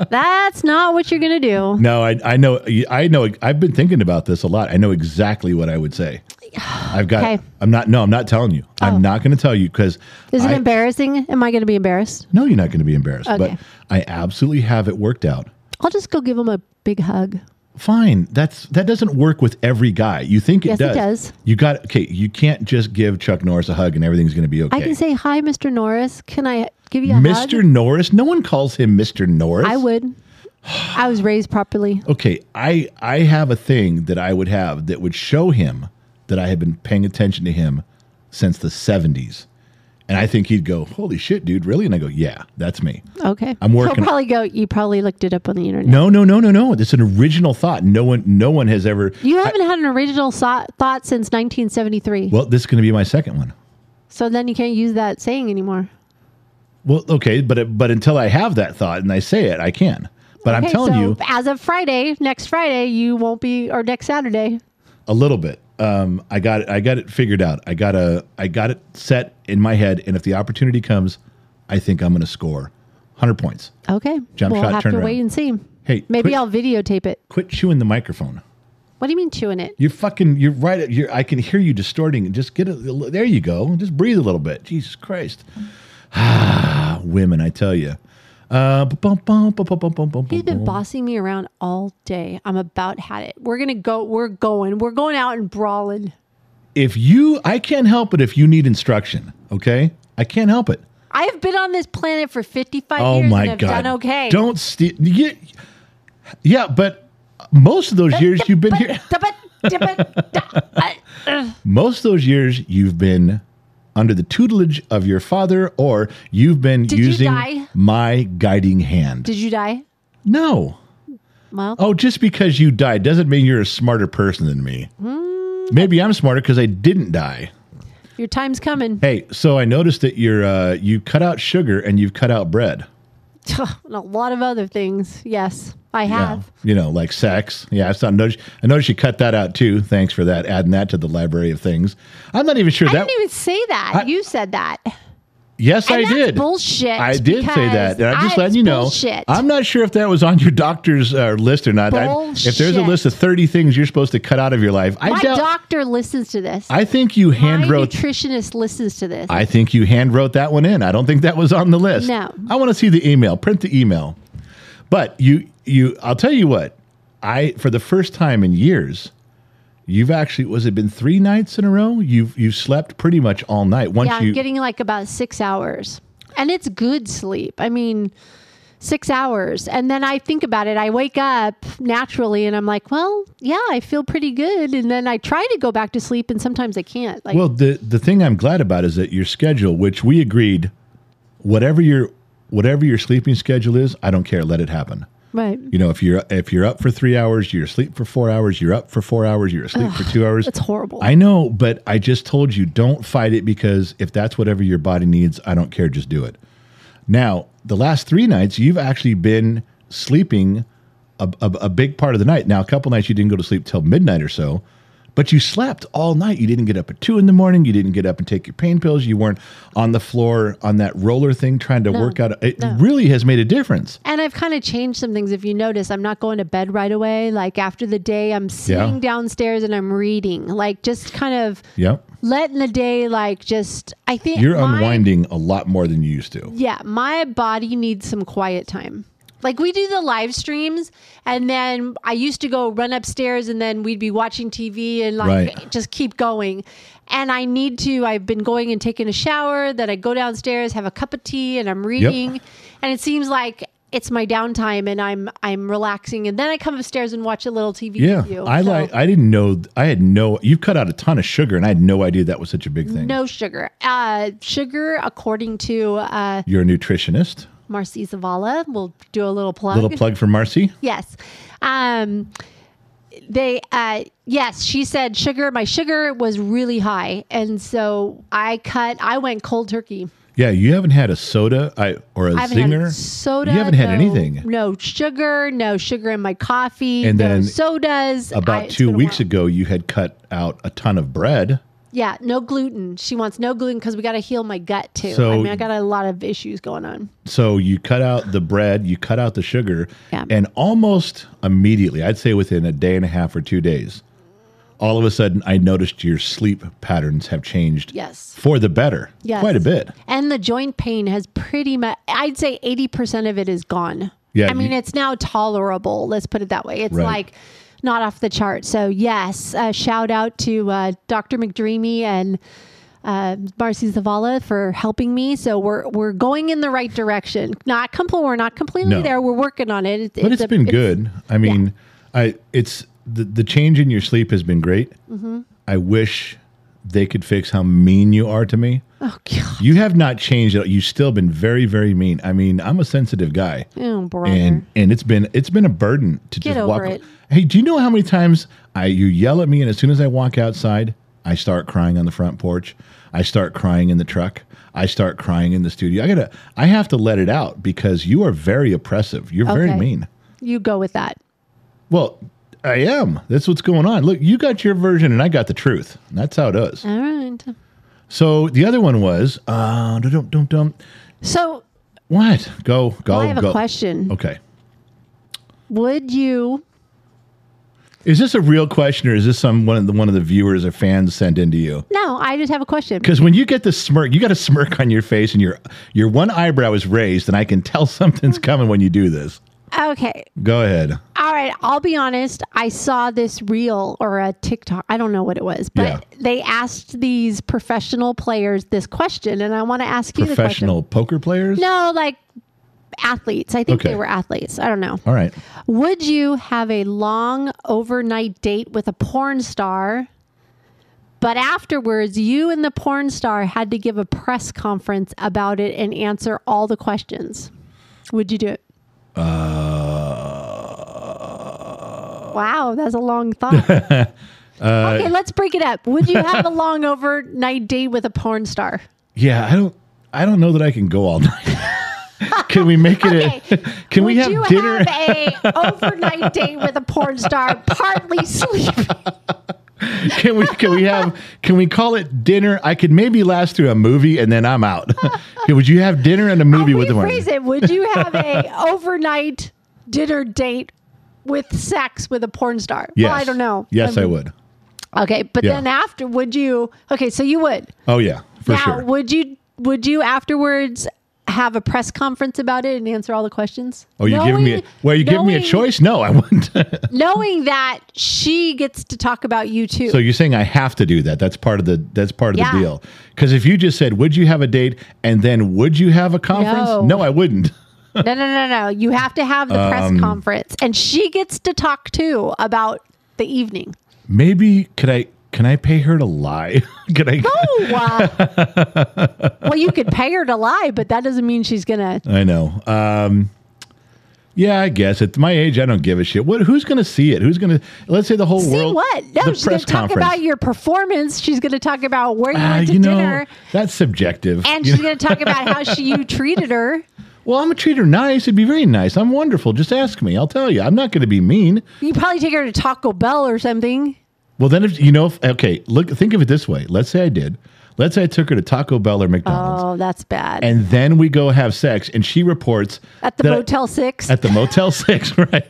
Speaker 4: That's not what you're gonna do.
Speaker 3: no, I, I know, I know. I've been thinking about this a lot. I know exactly what I would say. I've got.
Speaker 4: Okay.
Speaker 3: I'm not. No, I'm not telling you.
Speaker 4: Oh.
Speaker 3: I'm not going to tell you because.
Speaker 4: Is it
Speaker 3: I,
Speaker 4: embarrassing? Am I gonna be embarrassed?
Speaker 3: No, you're not going to be embarrassed.
Speaker 4: Okay.
Speaker 3: But I absolutely have it worked out.
Speaker 4: I'll just go give him a big hug.
Speaker 3: Fine. That's that doesn't work with every guy. You think it
Speaker 4: Yes, it
Speaker 3: does?
Speaker 4: does.
Speaker 3: You got okay. You can't just give Chuck Norris a hug and everything's going to be okay.
Speaker 4: I can say hi, Mr. Norris. Can I give you a
Speaker 3: Mr.
Speaker 4: hug?
Speaker 3: Norris. No one calls him Mr. Norris.
Speaker 4: I would. I was raised properly.
Speaker 3: okay i i have a thing that i would have that would show him that i had been paying attention to him since the 70s And I think he'd go, "Holy shit, dude, really?" And I go, "Yeah, that's me."
Speaker 4: Okay.
Speaker 3: I'm working-
Speaker 4: He'll probably go. You probably looked it up on the internet.
Speaker 3: No, no, no, no, no. It's an original thought. No one, no one has ever.
Speaker 4: You haven't had an original so- thought since 1973.
Speaker 3: Well, this is going to be my second one.
Speaker 4: so then you can't use that saying anymore.
Speaker 3: Well, okay, but it, but until I have that thought and I say it, I can. But I'm
Speaker 4: Okay,
Speaker 3: telling
Speaker 4: so
Speaker 3: you,
Speaker 4: as of Friday, next Friday, you won't be, or next Saturday.
Speaker 3: a little bit. Um, I got it. I got it figured out. I got a. I got it set in my head. And if the opportunity comes, I think I'm going to score 100 points.
Speaker 4: Okay.
Speaker 3: Jump
Speaker 4: we'll
Speaker 3: shot,
Speaker 4: have
Speaker 3: turn
Speaker 4: to
Speaker 3: around.
Speaker 4: wait and see.
Speaker 3: Hey,
Speaker 4: Maybe
Speaker 3: quit-
Speaker 4: I'll videotape it.
Speaker 3: Quit chewing the microphone.
Speaker 4: What do you mean chewing it?
Speaker 3: You're fucking. You're right. You're, I can hear you distorting. and Just get a. There you go. Just breathe a little bit. Jesus Christ. Ah, women, I tell you. Uh,
Speaker 4: He's
Speaker 3: He's
Speaker 4: been bossing me around all day. I'm about had it. We're gonna go. We're going. We're going out and brawling.
Speaker 3: If you, I can't help it. If you need instruction, okay, I can't help it.
Speaker 4: I have been on this planet for 55
Speaker 3: Oh
Speaker 4: years
Speaker 3: my
Speaker 4: and have
Speaker 3: god!
Speaker 4: done okay.
Speaker 3: Don't steal. Yeah, but most of those years you've been here. Most of those years you've been under the tutelage of your father, or you've been
Speaker 4: you
Speaker 3: using
Speaker 4: die?
Speaker 3: my guiding hand.
Speaker 4: Did you die?
Speaker 3: no.
Speaker 4: Well,
Speaker 3: Oh, just because you died doesn't mean you're a smarter person than me.
Speaker 4: Mm.
Speaker 3: Maybe I'm smarter because I didn't die.
Speaker 4: your time's coming.
Speaker 3: Hey, so I noticed that you're uh, you cut out sugar and you've cut out bread.
Speaker 4: and a lot of other things. Yes, I
Speaker 3: Yeah.
Speaker 4: have.
Speaker 3: You know, like sex. Yeah, I saw. notice- I noticed you cut that out too. Thanks for that. Adding that to the library of things. I'm not even sure
Speaker 4: I
Speaker 3: that.
Speaker 4: didn't even say that.
Speaker 3: I-
Speaker 4: you said that.
Speaker 3: yes, I
Speaker 4: and that's
Speaker 3: did.
Speaker 4: bullshit.
Speaker 3: I did say that, and
Speaker 4: because
Speaker 3: I'm just
Speaker 4: I-
Speaker 3: letting you know.
Speaker 4: Bullshit.
Speaker 3: I'm not sure if that was on your doctor's uh, list or not. I- if there's a
Speaker 4: Bullshit.
Speaker 3: list of 30 things you're supposed to cut out of your life, I
Speaker 4: My
Speaker 3: doubt.
Speaker 4: doctor listens to this.
Speaker 3: I think you
Speaker 4: My
Speaker 3: hand wrote.
Speaker 4: nutritionist listens to this.
Speaker 3: I think you hand wrote that one in. I don't think that was on the list.
Speaker 4: No.
Speaker 3: I want to see the email. Print the email. But you you I'll tell you what. I for the first time in years, you've actually was it been 3 nights in a row? You've you've slept pretty much all night. Once
Speaker 4: yeah,
Speaker 3: you
Speaker 4: I'm getting like about six hours, and it's good sleep. I mean, six hours, and then I think about it. I wake up naturally, and I'm like, well, yeah, I feel pretty good. And then I try to go back to sleep, and sometimes I can't. Like,
Speaker 3: Well, the the thing I'm glad about is that your schedule, which we agreed whatever your whatever your sleeping schedule is, I don't care, let it happen.
Speaker 4: right?
Speaker 3: You know, if you're if you're up for 3 hours, you're asleep for 4 hours, you're up for 4 hours, you're asleep for 2 hours.
Speaker 4: It's horrible.
Speaker 3: I know, but I just told you don't fight it because if that's whatever your body needs, I don't care, just do it. Now, the last three nights, you've actually been sleeping a, a, a big part of the night. Now, a couple nights you didn't go to sleep till midnight or so, but you slept all night. You didn't get up at two in the morning. You didn't get up and take your pain pills. You weren't on the floor on that roller thing trying to work out. It really has made a difference.
Speaker 4: And I've kind of changed some things. If you notice, I'm not going to bed right away. Like after the day, I'm sitting downstairs and I'm reading. Like just kind of
Speaker 3: Yep.
Speaker 4: letting the day, like just I think
Speaker 3: You're
Speaker 4: my-
Speaker 3: unwinding a lot more than you used to.
Speaker 4: Yeah, my body needs some quiet time. Like we do the live streams, and then I used to go run upstairs, and then we'd be watching TV and like
Speaker 3: Right.
Speaker 4: just keep going. And I need to. I've been going and taking a shower. Then I go downstairs, have a cup of tea, and I'm reading. And it seems like it's my downtime, and I'm I'm relaxing. And then I come upstairs and watch a little TV.
Speaker 3: Yeah,
Speaker 4: video.
Speaker 3: I
Speaker 4: So,
Speaker 3: like. I didn't know. I had no. You've cut out a ton of sugar, and I had no idea that was such a big thing.
Speaker 4: no sugar. Uh, sugar, according to uh,
Speaker 3: You're a nutritionist.
Speaker 4: Marcy Zavala, we'll do a little plug.
Speaker 3: Little plug for Marcy.
Speaker 4: Yes. Um, they, uh, yes, she said sugar. My sugar was really high. And so I cut, I went cold turkey.
Speaker 3: Yeah, you haven't had a soda I, or a
Speaker 4: I haven't
Speaker 3: zinger.
Speaker 4: had soda.
Speaker 3: You haven't had
Speaker 4: no-
Speaker 3: anything.
Speaker 4: No sugar, no sugar in my coffee,
Speaker 3: And
Speaker 4: no
Speaker 3: then
Speaker 4: sodas.
Speaker 3: About
Speaker 4: I- it's
Speaker 3: two
Speaker 4: been a
Speaker 3: weeks
Speaker 4: while.
Speaker 3: ago, you had cut out a ton of bread.
Speaker 4: Yeah, no gluten. She wants no gluten because we got to heal my gut too.
Speaker 3: So-
Speaker 4: I mean, I got a lot of issues going on.
Speaker 3: So you cut out the bread, you cut out the sugar,
Speaker 4: Yeah.
Speaker 3: and almost immediately, I'd say within a day and a half or two days, all of a sudden, I noticed your sleep patterns have changed.
Speaker 4: Yes.
Speaker 3: For the better.
Speaker 4: Yes.
Speaker 3: Quite a bit.
Speaker 4: And the joint pain has pretty much, I'd say 80% of it is gone.
Speaker 3: Yeah,
Speaker 4: I mean,
Speaker 3: you-
Speaker 4: it's now tolerable. Let's put it that way. It's
Speaker 3: Right.
Speaker 4: like not off the chart. So, yes, uh, shout out to uh, Dr. McDreamy and uh, Marcy Zavala for helping me. So we're we're going in the right direction. Not complete. We're not completely
Speaker 3: No.
Speaker 4: there. We're working on it. It-
Speaker 3: but it's
Speaker 4: a-
Speaker 3: been good. I mean,
Speaker 4: Mm-hmm.
Speaker 3: I it's the the change in your sleep has been great. I wish they could fix how mean you are to me.
Speaker 4: Oh god.
Speaker 3: You have not changed at all. You've still been very, very mean. I mean, I'm a sensitive guy.
Speaker 4: Oh brother.
Speaker 3: and and it's been it's been a burden to
Speaker 4: Get
Speaker 3: just
Speaker 4: over
Speaker 3: walk.
Speaker 4: it.
Speaker 3: Hey, do you know how many times I you yell at me, and as soon as I walk outside, I start crying on the front porch. I start crying in the truck. I start crying in the studio. I gotta I have to let it out because you are very oppressive. You're very
Speaker 4: Okay.
Speaker 3: mean.
Speaker 4: you go with that.
Speaker 3: Well, I am. That's what's going on. Look, you got your version, and I got the truth. And that's how it is.
Speaker 4: All right.
Speaker 3: So the other one was uh, dum dum dum.
Speaker 4: So
Speaker 3: What? Go go
Speaker 4: I have
Speaker 3: go. Oh.
Speaker 4: a question.
Speaker 3: Okay.
Speaker 4: Would you
Speaker 3: Is this a real question, or is this some one of the one of the viewers or fans sent into you?
Speaker 4: No, I just have a question.
Speaker 3: Because when you get the smirk, you got a smirk on your face, and your your one eyebrow is raised, and I can tell something's coming when you do this.
Speaker 4: Okay.
Speaker 3: Go ahead.
Speaker 4: All right, I'll be honest. I saw this reel or a TikTok. I don't know what it was, but
Speaker 3: Yeah.
Speaker 4: they asked these professional players this question, and I want to ask you the question.
Speaker 3: Professional poker players.
Speaker 4: No, like athletes. I think
Speaker 3: Okay.
Speaker 4: they were athletes. I don't know.
Speaker 3: All right.
Speaker 4: Would you have a long overnight date with a porn star? But afterwards, you and the porn star had to give a press conference about it and answer all the questions. Would you do it?
Speaker 3: Uh.
Speaker 4: wow, that's a long thought.
Speaker 3: Uh,
Speaker 4: okay, let's break it up. Would you have a long overnight date with a porn star?
Speaker 3: Yeah, I don't. I don't know that I can go all night. can we make it? A,
Speaker 4: Okay.
Speaker 3: can we
Speaker 4: Would
Speaker 3: have
Speaker 4: you
Speaker 3: dinner?
Speaker 4: have a overnight date with a porn star, partly sleeping?
Speaker 3: can we? Can we have? Can we call it dinner? I could maybe last through a movie, and then I'm out. Okay, Would you have dinner and a movie
Speaker 4: I'll
Speaker 3: with the one?
Speaker 4: rephrase it. Would you have a overnight dinner date with sex with a porn star? Well, I don't know.
Speaker 3: Yes, I
Speaker 4: mean,
Speaker 3: would.
Speaker 4: Okay, but
Speaker 3: Yeah.
Speaker 4: then after, would you? Okay, so you would.
Speaker 3: Oh yeah, for
Speaker 4: now,
Speaker 3: sure.
Speaker 4: would you? Would you afterwards have a press conference about it and answer all the questions?
Speaker 3: Oh, you giving me? A,
Speaker 4: Knowing-
Speaker 3: well, you giving me a
Speaker 4: knowing-
Speaker 3: choice? No, I wouldn't.
Speaker 4: Knowing that she gets to talk about you too.
Speaker 3: so you're saying I have to do that? That's part of the. That's part of
Speaker 4: Yeah.
Speaker 3: the deal. Because if you just said, "Would you have a date?" and then "Would you have a conference?"
Speaker 4: No.
Speaker 3: I wouldn't.
Speaker 4: No, no, no, no. You have to have the
Speaker 3: Um,
Speaker 4: press conference, and she gets to talk too about the evening.
Speaker 3: Maybe could I? Can I pay her to lie? could I?
Speaker 4: Oh, uh, well, you could pay her to lie, but that doesn't mean she's gonna.
Speaker 3: I know. Um, yeah, I guess at my age, I don't give a shit. What? Who's going to see it? Who's going to? Let's say the whole
Speaker 4: See
Speaker 3: world.
Speaker 4: what? No,
Speaker 3: the
Speaker 4: she's going to talk about your performance. She's going to talk about where you
Speaker 3: Ah,
Speaker 4: went to
Speaker 3: you know,
Speaker 4: dinner,
Speaker 3: that's subjective.
Speaker 4: and
Speaker 3: You
Speaker 4: she's
Speaker 3: know?
Speaker 4: going to talk about how she you treated her.
Speaker 3: well, I'm gonna treat her nice. It'd be very nice. I'm wonderful. Just ask me. I'll tell you. I'm not gonna be mean.
Speaker 4: You probably take her to Taco Bell or something.
Speaker 3: Well, then if you know, if, okay, look, think of it this way. Let's say I did. Let's say I took her to Taco Bell or McDonald's,
Speaker 4: Oh, that's bad.
Speaker 3: and then we go have sex, and she reports
Speaker 4: At the
Speaker 3: that I-
Speaker 4: Motel Six.
Speaker 3: at the Motel Six, right?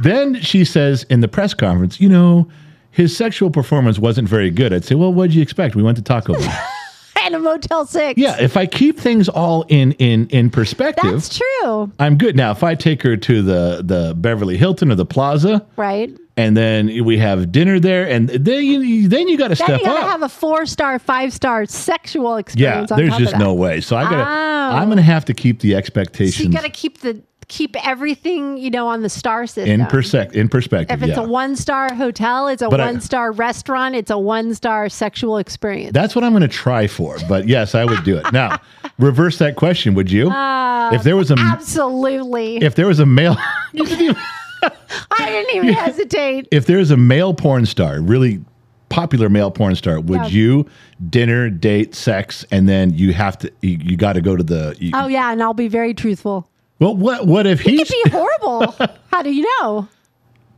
Speaker 3: then she says in the press conference, you know, his sexual performance wasn't very good. I'd say, well, what'd you expect? We went to Taco Bell.
Speaker 4: at a Motel Six.
Speaker 3: yeah, if I keep things all in in in perspective,
Speaker 4: that's true,
Speaker 3: I'm good. Now, if I take her to the the Beverly Hilton or the Plaza.
Speaker 4: right?
Speaker 3: And then we have dinner there, and then you, then you got to
Speaker 4: Then
Speaker 3: step
Speaker 4: you gotta
Speaker 3: up.
Speaker 4: have a four star, five star sexual
Speaker 3: Yeah,
Speaker 4: experience. on
Speaker 3: there's
Speaker 4: top
Speaker 3: just
Speaker 4: of that.
Speaker 3: no way. So I gotta,
Speaker 4: Oh.
Speaker 3: I'm gonna have to keep the
Speaker 4: So you
Speaker 3: expectations
Speaker 4: gotta keep the keep everything you know on the star system.
Speaker 3: in perse- in perspective.
Speaker 4: if it's
Speaker 3: yeah.
Speaker 4: a one star hotel, it's a
Speaker 3: But I-
Speaker 4: one star restaurant, it's a one star sexual experience.
Speaker 3: That's what I'm gonna try for. But yes, I would do it. Now, reverse that question, would you?
Speaker 4: Uh,
Speaker 3: if there was a
Speaker 4: Absolutely.
Speaker 3: if there was a male you didn't even-
Speaker 4: I didn't even hesitate.
Speaker 3: if there was a male porn star, really popular male porn star, would
Speaker 4: Yeah.
Speaker 3: you dinner, date, sex, and then you have to you, you got to go to the you-
Speaker 4: Oh yeah, and I'll be very truthful.
Speaker 3: well what what if
Speaker 4: It
Speaker 3: he's
Speaker 4: could be horrible. How do you know?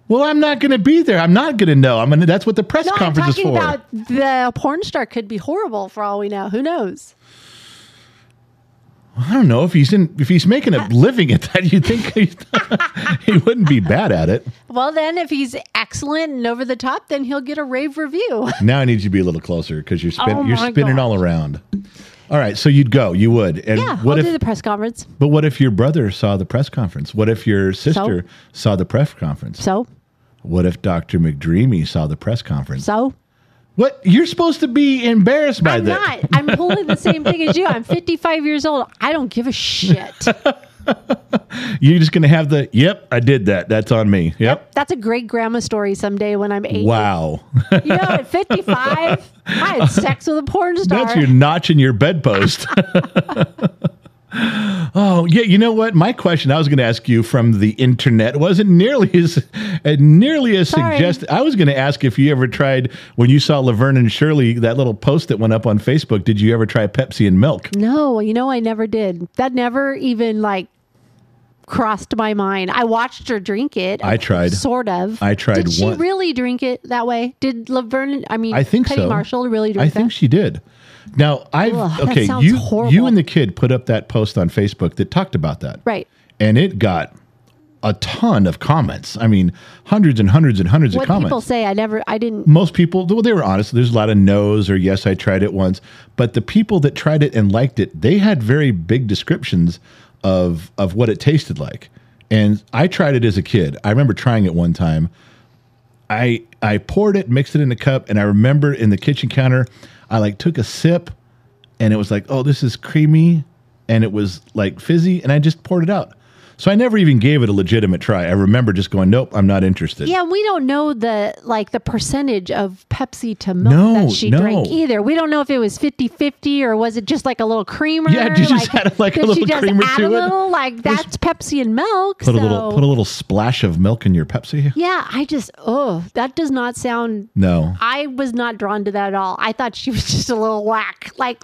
Speaker 3: well I'm not gonna be there I'm not gonna know I'm gonna that's what the press
Speaker 4: No, I'm
Speaker 3: conference is
Speaker 4: talking
Speaker 3: for
Speaker 4: about the porn star could be horrible for all we know. Who knows?
Speaker 3: I don't know if he's in if he's making
Speaker 4: Uh,
Speaker 3: a living at that. You think he, he wouldn't be bad at it?
Speaker 4: Well, then, if he's excellent and over the top, then he'll get a rave review.
Speaker 3: Now I need you to be a little closer because you're spin,
Speaker 4: Oh
Speaker 3: you're
Speaker 4: my
Speaker 3: spinning
Speaker 4: gosh.
Speaker 3: all around. All right, so you'd go, you would, and
Speaker 4: yeah,
Speaker 3: what
Speaker 4: I'll
Speaker 3: if?
Speaker 4: do the press conference.
Speaker 3: but what if your brother saw the press conference? What if your sister saw the press conference?
Speaker 4: So,
Speaker 3: What if Doctor McDreamy saw the press conference?
Speaker 4: so
Speaker 3: what you're supposed to be embarrassed by
Speaker 4: I'm
Speaker 3: that?
Speaker 4: not. I'm pulling the same thing as you. I'm 55 years old. I don't give a shit.
Speaker 3: You're just going to have the, yep, I did that. That's on me. Yep.
Speaker 4: That's a great grandma story someday when I'm 80.
Speaker 3: Wow.
Speaker 4: You know, at 55, I had sex with a porn star.
Speaker 3: That's your notch in your bedpost. oh, yeah. You know what? My question I was going to ask you from the internet wasn't nearly as uh, nearly as
Speaker 4: Sorry.
Speaker 3: suggested. I was going to ask if you ever tried when you saw Laverne and Shirley that little post that went up on Facebook. Did you ever try Pepsi and milk?
Speaker 4: No, you know, I never did. That never even like crossed my mind. I watched her drink it.
Speaker 3: I tried.
Speaker 4: Sort of.
Speaker 3: I tried
Speaker 4: Did she
Speaker 3: one-
Speaker 4: really drink it that way? Did Laverne, I mean,
Speaker 3: I think
Speaker 4: Penny
Speaker 3: so.
Speaker 4: Marshall really drink
Speaker 3: I think
Speaker 4: that?
Speaker 3: she did. Now I've
Speaker 4: Ugh, that
Speaker 3: okay.
Speaker 4: sounds
Speaker 3: You
Speaker 4: horrible.
Speaker 3: you and the kid put up that post on Facebook that talked about that,
Speaker 4: right.
Speaker 3: and it got a ton of comments. I mean, hundreds and hundreds and hundreds
Speaker 4: What
Speaker 3: of comments.
Speaker 4: people say, I never, I didn't.
Speaker 3: Most people, well, they were honest. There's a lot of no's or yes, I tried it once. But the people that tried it and liked it, they had very big descriptions of of what it tasted like. And I tried it as a kid. I remember trying it one time. I I poured it, mixed it in a cup, and I remember in the kitchen counter, I like took a sip, and it was like, oh, this is creamy, and it was like fizzy, and I just poured it out. So I never even gave it a legitimate try. I remember just going, nope, I'm not interested.
Speaker 4: Yeah, we don't know the like the percentage of Pepsi to milk
Speaker 3: No,
Speaker 4: that she
Speaker 3: no.
Speaker 4: drank either. We don't know if it was 50-50 or was it just like a little creamer?
Speaker 3: Yeah, did you just add, like, a
Speaker 4: did she
Speaker 3: little
Speaker 4: just
Speaker 3: creamer
Speaker 4: add
Speaker 3: to
Speaker 4: a
Speaker 3: it?
Speaker 4: little? Like that's Pepsi and milk.
Speaker 3: Put a
Speaker 4: so.
Speaker 3: little put a little splash of milk in your Pepsi.
Speaker 4: Yeah, I just oh, that does not sound.
Speaker 3: No.
Speaker 4: I was not drawn to that at all. I thought she was just a little whack. Like,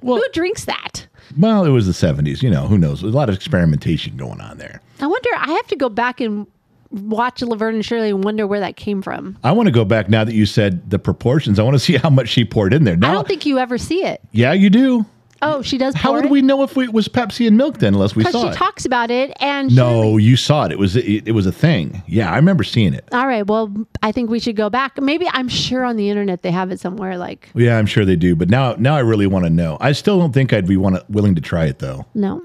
Speaker 3: Well,
Speaker 4: who drinks that?
Speaker 3: well, it was the 70s, you know, who knows. A lot of experimentation going on there.
Speaker 4: I wonder. I have to go back and watch Laverne and Shirley and wonder where that came from.
Speaker 3: I want to go back now that you said the proportions. I want to see how much she poured in there. Now,
Speaker 4: I don't think you ever see it.
Speaker 3: yeah, you do.
Speaker 4: Oh, she does.
Speaker 3: How
Speaker 4: pour
Speaker 3: would
Speaker 4: it?
Speaker 3: we know if we, it was Pepsi and milk then unless we
Speaker 4: Because
Speaker 3: saw
Speaker 4: she
Speaker 3: it?
Speaker 4: talks about it, and Shirley-
Speaker 3: no, you saw it. It was it, it was a thing. Yeah, I remember seeing it.
Speaker 4: All right. Well, I think we should go back. Maybe I'm sure on the internet they have it somewhere. Like,
Speaker 3: Yeah, I'm sure they do, but now now I really want to know. I still don't think I'd be want to, willing to try it though.
Speaker 4: no.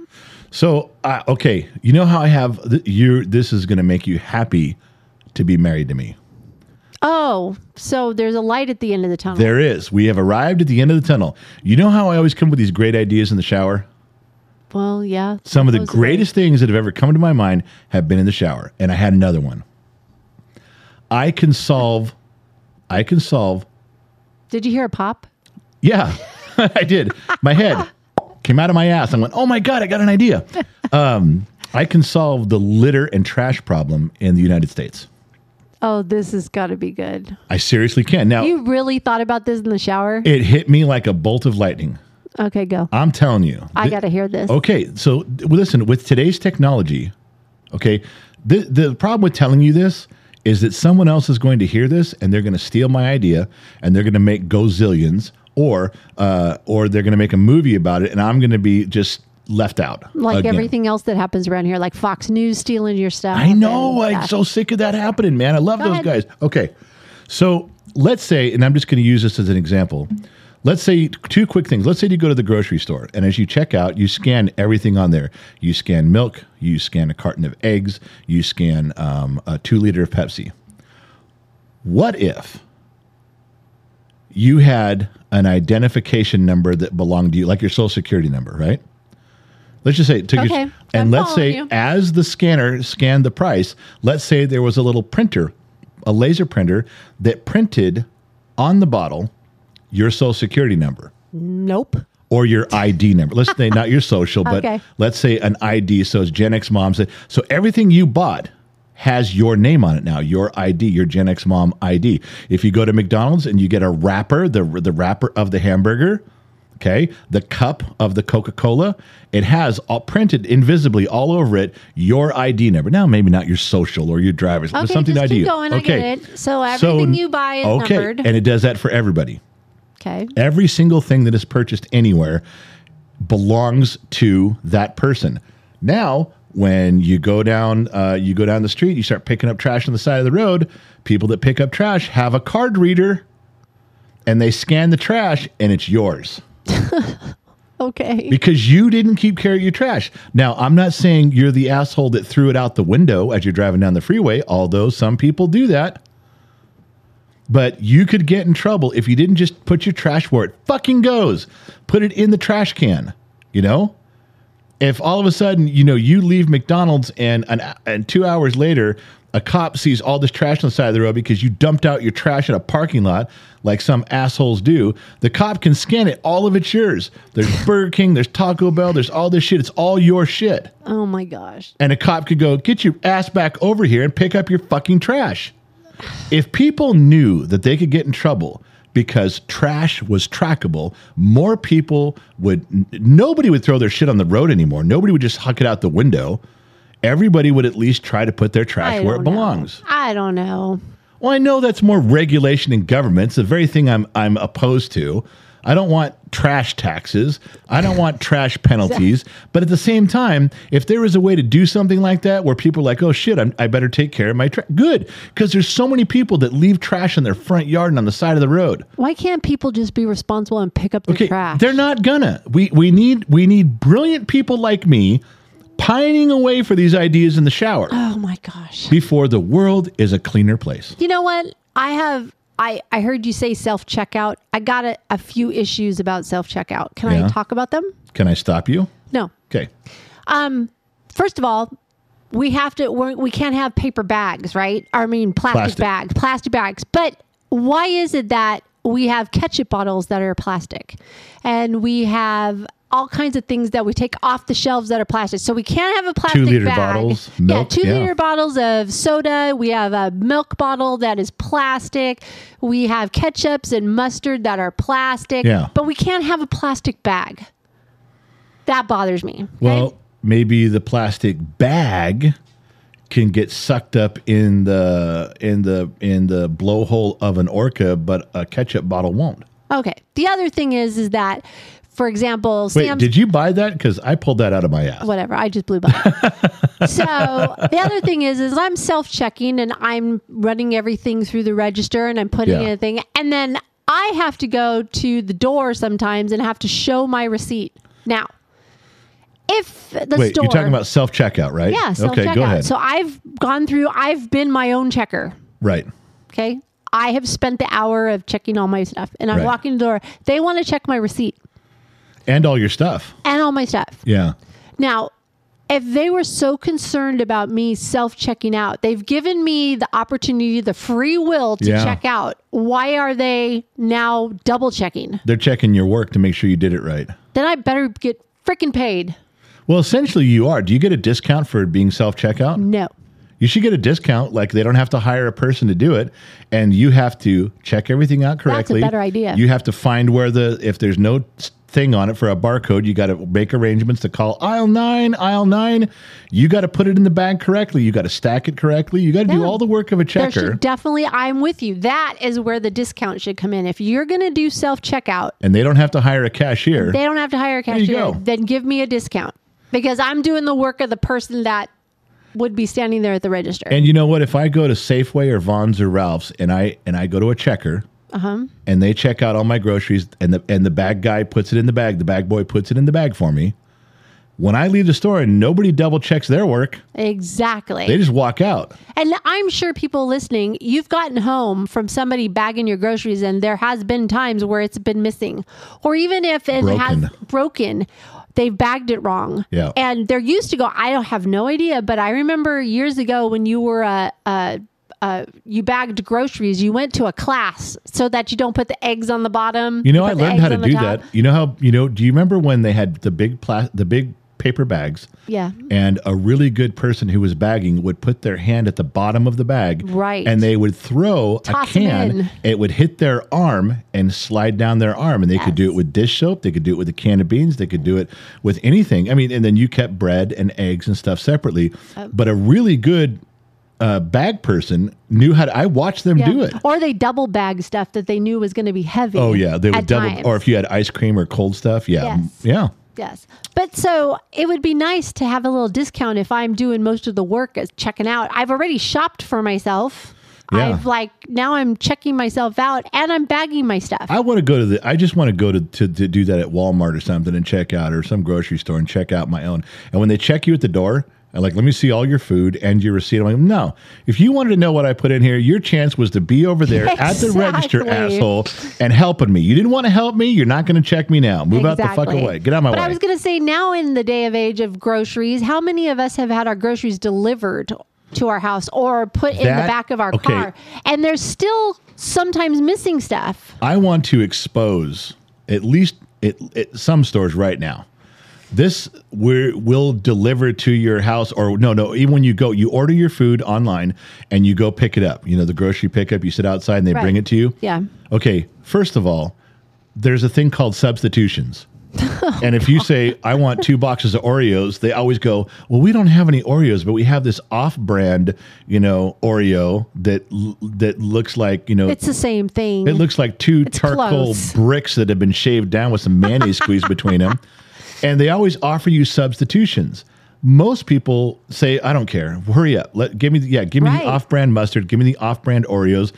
Speaker 3: So, uh, okay, you know how I have th- you this is going to make you happy to be married to me.
Speaker 4: Oh, so there's a light at the end of the tunnel.
Speaker 3: There is. We have arrived at the end of the tunnel. You know how I always come with these great ideas in the shower?
Speaker 4: well, yeah.
Speaker 3: Some of the
Speaker 4: supposedly.
Speaker 3: greatest things that have ever come to my mind have been in the shower, and I had another one. I can solve I can solve.
Speaker 4: Did you hear a pop?
Speaker 3: Yeah. I did. My head came out of my ass. I went, "Oh my god, I got an idea." Um, I can solve the litter and trash problem in the United States.
Speaker 4: Oh, this has got to be good.
Speaker 3: I seriously can. Now,
Speaker 4: You really thought about this in the shower?
Speaker 3: it hit me like a bolt of lightning.
Speaker 4: Okay, go.
Speaker 3: I'm telling you.
Speaker 4: I
Speaker 3: Th-
Speaker 4: got to hear this.
Speaker 3: Okay, so th- listen, with today's technology, okay, the the problem with telling you this is that someone else is going to hear this and they're going to steal my idea and they're going to make gozillions or uh, or they're going to make a movie about it and I'm going to be just left out.
Speaker 4: Like
Speaker 3: again.
Speaker 4: everything else that happens around here, like Fox News stealing your stuff.
Speaker 3: I know.
Speaker 4: and-
Speaker 3: I'm so sick of that happening, man. I love
Speaker 4: Go
Speaker 3: those
Speaker 4: ahead.
Speaker 3: guys. Okay. So let's say, and I'm just going to use this as an example. Let's say two quick things. Let's say you go to the grocery store, and as you check out, you scan everything on there. You scan milk, you scan a carton of eggs, you scan um, a two liter of Pepsi. What if you had an identification number that belonged to you, like your social security number, right? Let's just say, it took
Speaker 4: Okay.
Speaker 3: your,
Speaker 4: I'm
Speaker 3: and let's
Speaker 4: following
Speaker 3: say
Speaker 4: you.
Speaker 3: as the scanner scanned the price, let's say there was a little printer, a laser printer that printed on the bottle your social security number
Speaker 4: Nope.
Speaker 3: or your ID number. Let's say not your social, but
Speaker 4: Okay.
Speaker 3: let's say an ID. So it's Gen X mom said. So everything you bought has your name on it now, your ID, your Gen X mom ID. If you go to McDonald's and you get a wrapper, the the wrapper of the hamburger, okay, the cup of the Coca Cola, it has all printed invisibly all over it your ID number. Now maybe not your social or your driver's, but
Speaker 4: Okay,
Speaker 3: something
Speaker 4: just
Speaker 3: ID.
Speaker 4: keep going. I get it. So everything you buy is
Speaker 3: okay,
Speaker 4: numbered.
Speaker 3: and it does that for everybody
Speaker 4: Okay.
Speaker 3: every single thing that is purchased anywhere belongs to that person. Now, when you go down, uh, you go down the street, you start picking up trash on the side of the road. People that pick up trash have a card reader, and they scan the trash, and it's yours
Speaker 4: Okay.
Speaker 3: because you didn't keep care of your trash. Now, I'm not saying you're the asshole that threw it out the window as you're driving down the freeway, although some people do that. But you could get in trouble if you didn't just put your trash where it fucking goes. Put it in the trash can, you know? if all of a sudden you know you leave McDonald's and an, and two hours later a cop sees all this trash on the side of the road because you dumped out your trash in a parking lot like some assholes do, the cop can scan it. All of it's yours. There's Burger King. There's Taco Bell. There's all this shit. It's all your shit.
Speaker 4: Oh my gosh.
Speaker 3: And a cop could go get your ass back over here and pick up your fucking trash. If people knew that they could get in trouble because trash was trackable, more people would, n- nobody would throw their shit on the road anymore. Nobody would just huck it out the window. Everybody would at least try to put their trash
Speaker 4: I
Speaker 3: where it
Speaker 4: don't know.
Speaker 3: belongs.
Speaker 4: I don't know.
Speaker 3: Well, I know that's more regulation in government. It's the very thing I'm, I'm opposed to. I don't want trash taxes. I don't want trash penalties. But at the same time, if there is a way to do something like that where people are like, oh shit, I'm, I better take care of my trash, good. Because there's so many people that leave trash in their front yard and on the side of the road.
Speaker 4: Why can't people just be responsible and pick up the
Speaker 3: Okay,
Speaker 4: trash?
Speaker 3: they're not gonna. We we need we need brilliant people like me pining away for these ideas in the shower
Speaker 4: Oh my gosh.
Speaker 3: before the world is a cleaner place.
Speaker 4: You know what? I have. I, I heard you say self checkout. I got a, a few issues about self checkout. Can
Speaker 3: Yeah.
Speaker 4: I talk about them?
Speaker 3: Can I stop you?
Speaker 4: No.
Speaker 3: Okay.
Speaker 4: First of all, we have to. We're, we can't have paper bags, right? I mean, plastic,
Speaker 3: Plastic.
Speaker 4: bags, plastic bags. But why is it that we have ketchup bottles that are plastic, and we have all kinds of things that we take off the shelves that are plastic? So we can't have a plastic
Speaker 3: Two-liter
Speaker 4: bag.
Speaker 3: bottles, milk,
Speaker 4: yeah, two
Speaker 3: yeah.
Speaker 4: liter bottles of soda. We have a milk bottle that is plastic. We have ketchups and mustard that are plastic.
Speaker 3: Yeah.
Speaker 4: But we can't have a plastic bag. That bothers me.
Speaker 3: Well, maybe the plastic bag can get sucked up in the in the in the blowhole of an orca, but a ketchup bottle won't.
Speaker 4: Okay. The other thing is, is that, for example,
Speaker 3: Wait,
Speaker 4: Sam's
Speaker 3: did you buy that? Because I pulled that out of my ass.
Speaker 4: whatever. I just blew by. so the other thing is, is I'm self checking and I'm running everything through the register and I'm putting
Speaker 3: Yeah.
Speaker 4: in a thing, and then I have to go to the door sometimes and have to show my receipt. Now, if the
Speaker 3: Wait,
Speaker 4: store,
Speaker 3: you're talking about self checkout, right?
Speaker 4: yeah, self
Speaker 3: Okay,
Speaker 4: checkout.
Speaker 3: go ahead.
Speaker 4: So I've gone through. I've been my own checker.
Speaker 3: right.
Speaker 4: Okay. I have spent the hour of checking all my stuff and I'm
Speaker 3: Right.
Speaker 4: walking the door. They want to check my receipt
Speaker 3: And all your stuff.
Speaker 4: and all my stuff.
Speaker 3: Yeah.
Speaker 4: Now, if they were so concerned about me self checking out, they've given me the opportunity, the free will to
Speaker 3: Yeah.
Speaker 4: check out. Why are they now double checking?
Speaker 3: They're checking your work to make sure you did it right.
Speaker 4: Then I better get freaking paid.
Speaker 3: Well, essentially you are. Do you get a discount for being self checkout?
Speaker 4: No.
Speaker 3: You should get a discount. Like they don't have to hire a person to do it, and you have to check everything out
Speaker 4: a
Speaker 3: correctly.
Speaker 4: better idea.
Speaker 3: You have to find where the if there's no s- thing on it for a barcode, you got to make arrangements to call aisle nine, aisle nine. You got to put it in the bag correctly. You got to stack it correctly. You got to do
Speaker 4: Yeah.
Speaker 3: all the work of a
Speaker 4: There
Speaker 3: checker.
Speaker 4: should definitely, I'm with you. That is where the discount should come in. If you're going to do self checkout,
Speaker 3: and they don't have to hire a cashier.
Speaker 4: they don't have to hire a
Speaker 3: you
Speaker 4: cashier,
Speaker 3: go.
Speaker 4: then give me a discount because I'm doing the work of the person that would be standing there at the register.
Speaker 3: and you know what? If I go to Safeway or Vons or Ralph's, and I and I go to a checker,
Speaker 4: uh-huh.
Speaker 3: and they check out all my groceries and the and the bag guy puts it in the bag the bag boy puts it in the bag for me when i leave the store and nobody double checks their work
Speaker 4: Exactly.
Speaker 3: they just walk out
Speaker 4: And I'm sure people listening, you've gotten home from somebody bagging your groceries, and there has been times where it's been missing, or even if it has
Speaker 3: Broken.
Speaker 4: broken, they've bagged it wrong.
Speaker 3: Yeah.
Speaker 4: And they're used to go. I don't have no idea, but I remember years ago when you were a. a uh, you bagged groceries. You went to a class so that you don't put the eggs on the bottom.
Speaker 3: you know
Speaker 4: put
Speaker 3: i
Speaker 4: the
Speaker 3: learned how
Speaker 4: eggs
Speaker 3: to
Speaker 4: on the
Speaker 3: do
Speaker 4: top.
Speaker 3: that you know how you know do you remember when they had the big pla- the big paper bags
Speaker 4: Yeah.
Speaker 3: and a really good person who was bagging would put their hand at the bottom of the bag
Speaker 4: Right.
Speaker 3: and they would throw
Speaker 4: Toss
Speaker 3: a
Speaker 4: 'em
Speaker 3: can
Speaker 4: in.
Speaker 3: it would hit their arm and slide down their arm and they could do it with dish soap they could do it with a can of beans they could do it with anything i mean and then you kept bread and eggs and stuff separately
Speaker 4: Uh,
Speaker 3: but a really good uh, bag person knew how to i watched them
Speaker 4: Yeah.
Speaker 3: do it
Speaker 4: Or they double bag stuff that they knew was going to be heavy.
Speaker 3: oh yeah they would
Speaker 4: at
Speaker 3: double
Speaker 4: times.
Speaker 3: or if you had ice cream or cold stuff yeah
Speaker 4: Yes.
Speaker 3: yeah
Speaker 4: Yes. But so it would be nice to have a little discount if I'm doing most of the work as checking out. I've already shopped for myself.
Speaker 3: Yeah.
Speaker 4: I've like now I'm checking myself out and I'm bagging my stuff.
Speaker 3: I want to go to the. I just want to go to, to to do that at Walmart or something and check out, or some grocery store and check out my own. And when they check you at the door, I like, let me see all your food and your receipt. I'm like, no. If you wanted to know what I put in here, your chance was to be over there at the register,
Speaker 4: Exactly.
Speaker 3: asshole, and helping me. You didn't want to help me. You're not going to check me now. Move out the fuck
Speaker 4: Exactly.
Speaker 3: away. Get out of my
Speaker 4: but
Speaker 3: way.
Speaker 4: I was going to say, now in the day of age of groceries, how many of us have had our groceries delivered to our house or put in the
Speaker 3: That-
Speaker 4: back of our
Speaker 3: okay.
Speaker 4: car? And there's still sometimes missing stuff.
Speaker 3: I want to expose at least it, it, some stores right now. This we will deliver to your house, or no, no. Even when you go, you order your food online and you go pick it up. You know the grocery pickup. You sit outside and they
Speaker 4: Right.
Speaker 3: bring it to you.
Speaker 4: Yeah.
Speaker 3: Okay. First of all, there's a thing called substitutions. and if you say I want two boxes of Oreos, they always go, "Well, we don't have any Oreos, but we have this off-brand, you know, Oreo that l- that looks like you know
Speaker 4: It's the same thing.
Speaker 3: it looks like two charcoal
Speaker 4: close.
Speaker 3: bricks that have been shaved down with some mayonnaise squeezed between them. And they always offer you substitutions. Most people say, "I don't care. Hurry up. Let give me the, yeah, give me
Speaker 4: Right.
Speaker 3: the off-brand mustard. Give me the off-brand Oreos."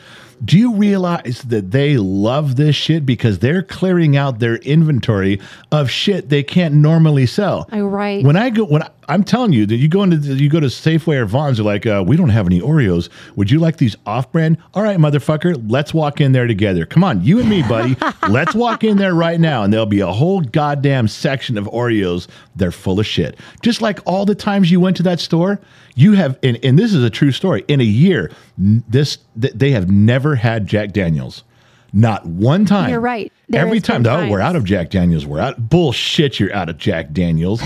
Speaker 3: Do you realize that they love this shit because they're clearing out their inventory of shit they can't normally sell?
Speaker 4: Oh, right.
Speaker 3: When I go, when I, I'm telling you that you go into you go to Safeway or Vons, they're like, uh, we don't have any Oreos. Would you like these off-brand? All right, motherfucker, let's walk in there together. Come on, you and me, buddy. let's walk in there right now, and there'll be a whole goddamn section of Oreos. They're full of shit. Just like all the times you went to that store, you have, and, and this is a true story. In a year, n- this th- they have never had Jack Daniels. Not one time.
Speaker 4: You're right. There
Speaker 3: Every
Speaker 4: has
Speaker 3: time,
Speaker 4: been
Speaker 3: oh, we're
Speaker 4: times.
Speaker 3: out of Jack Daniels. We're out. Bullshit, you're out of Jack Daniels.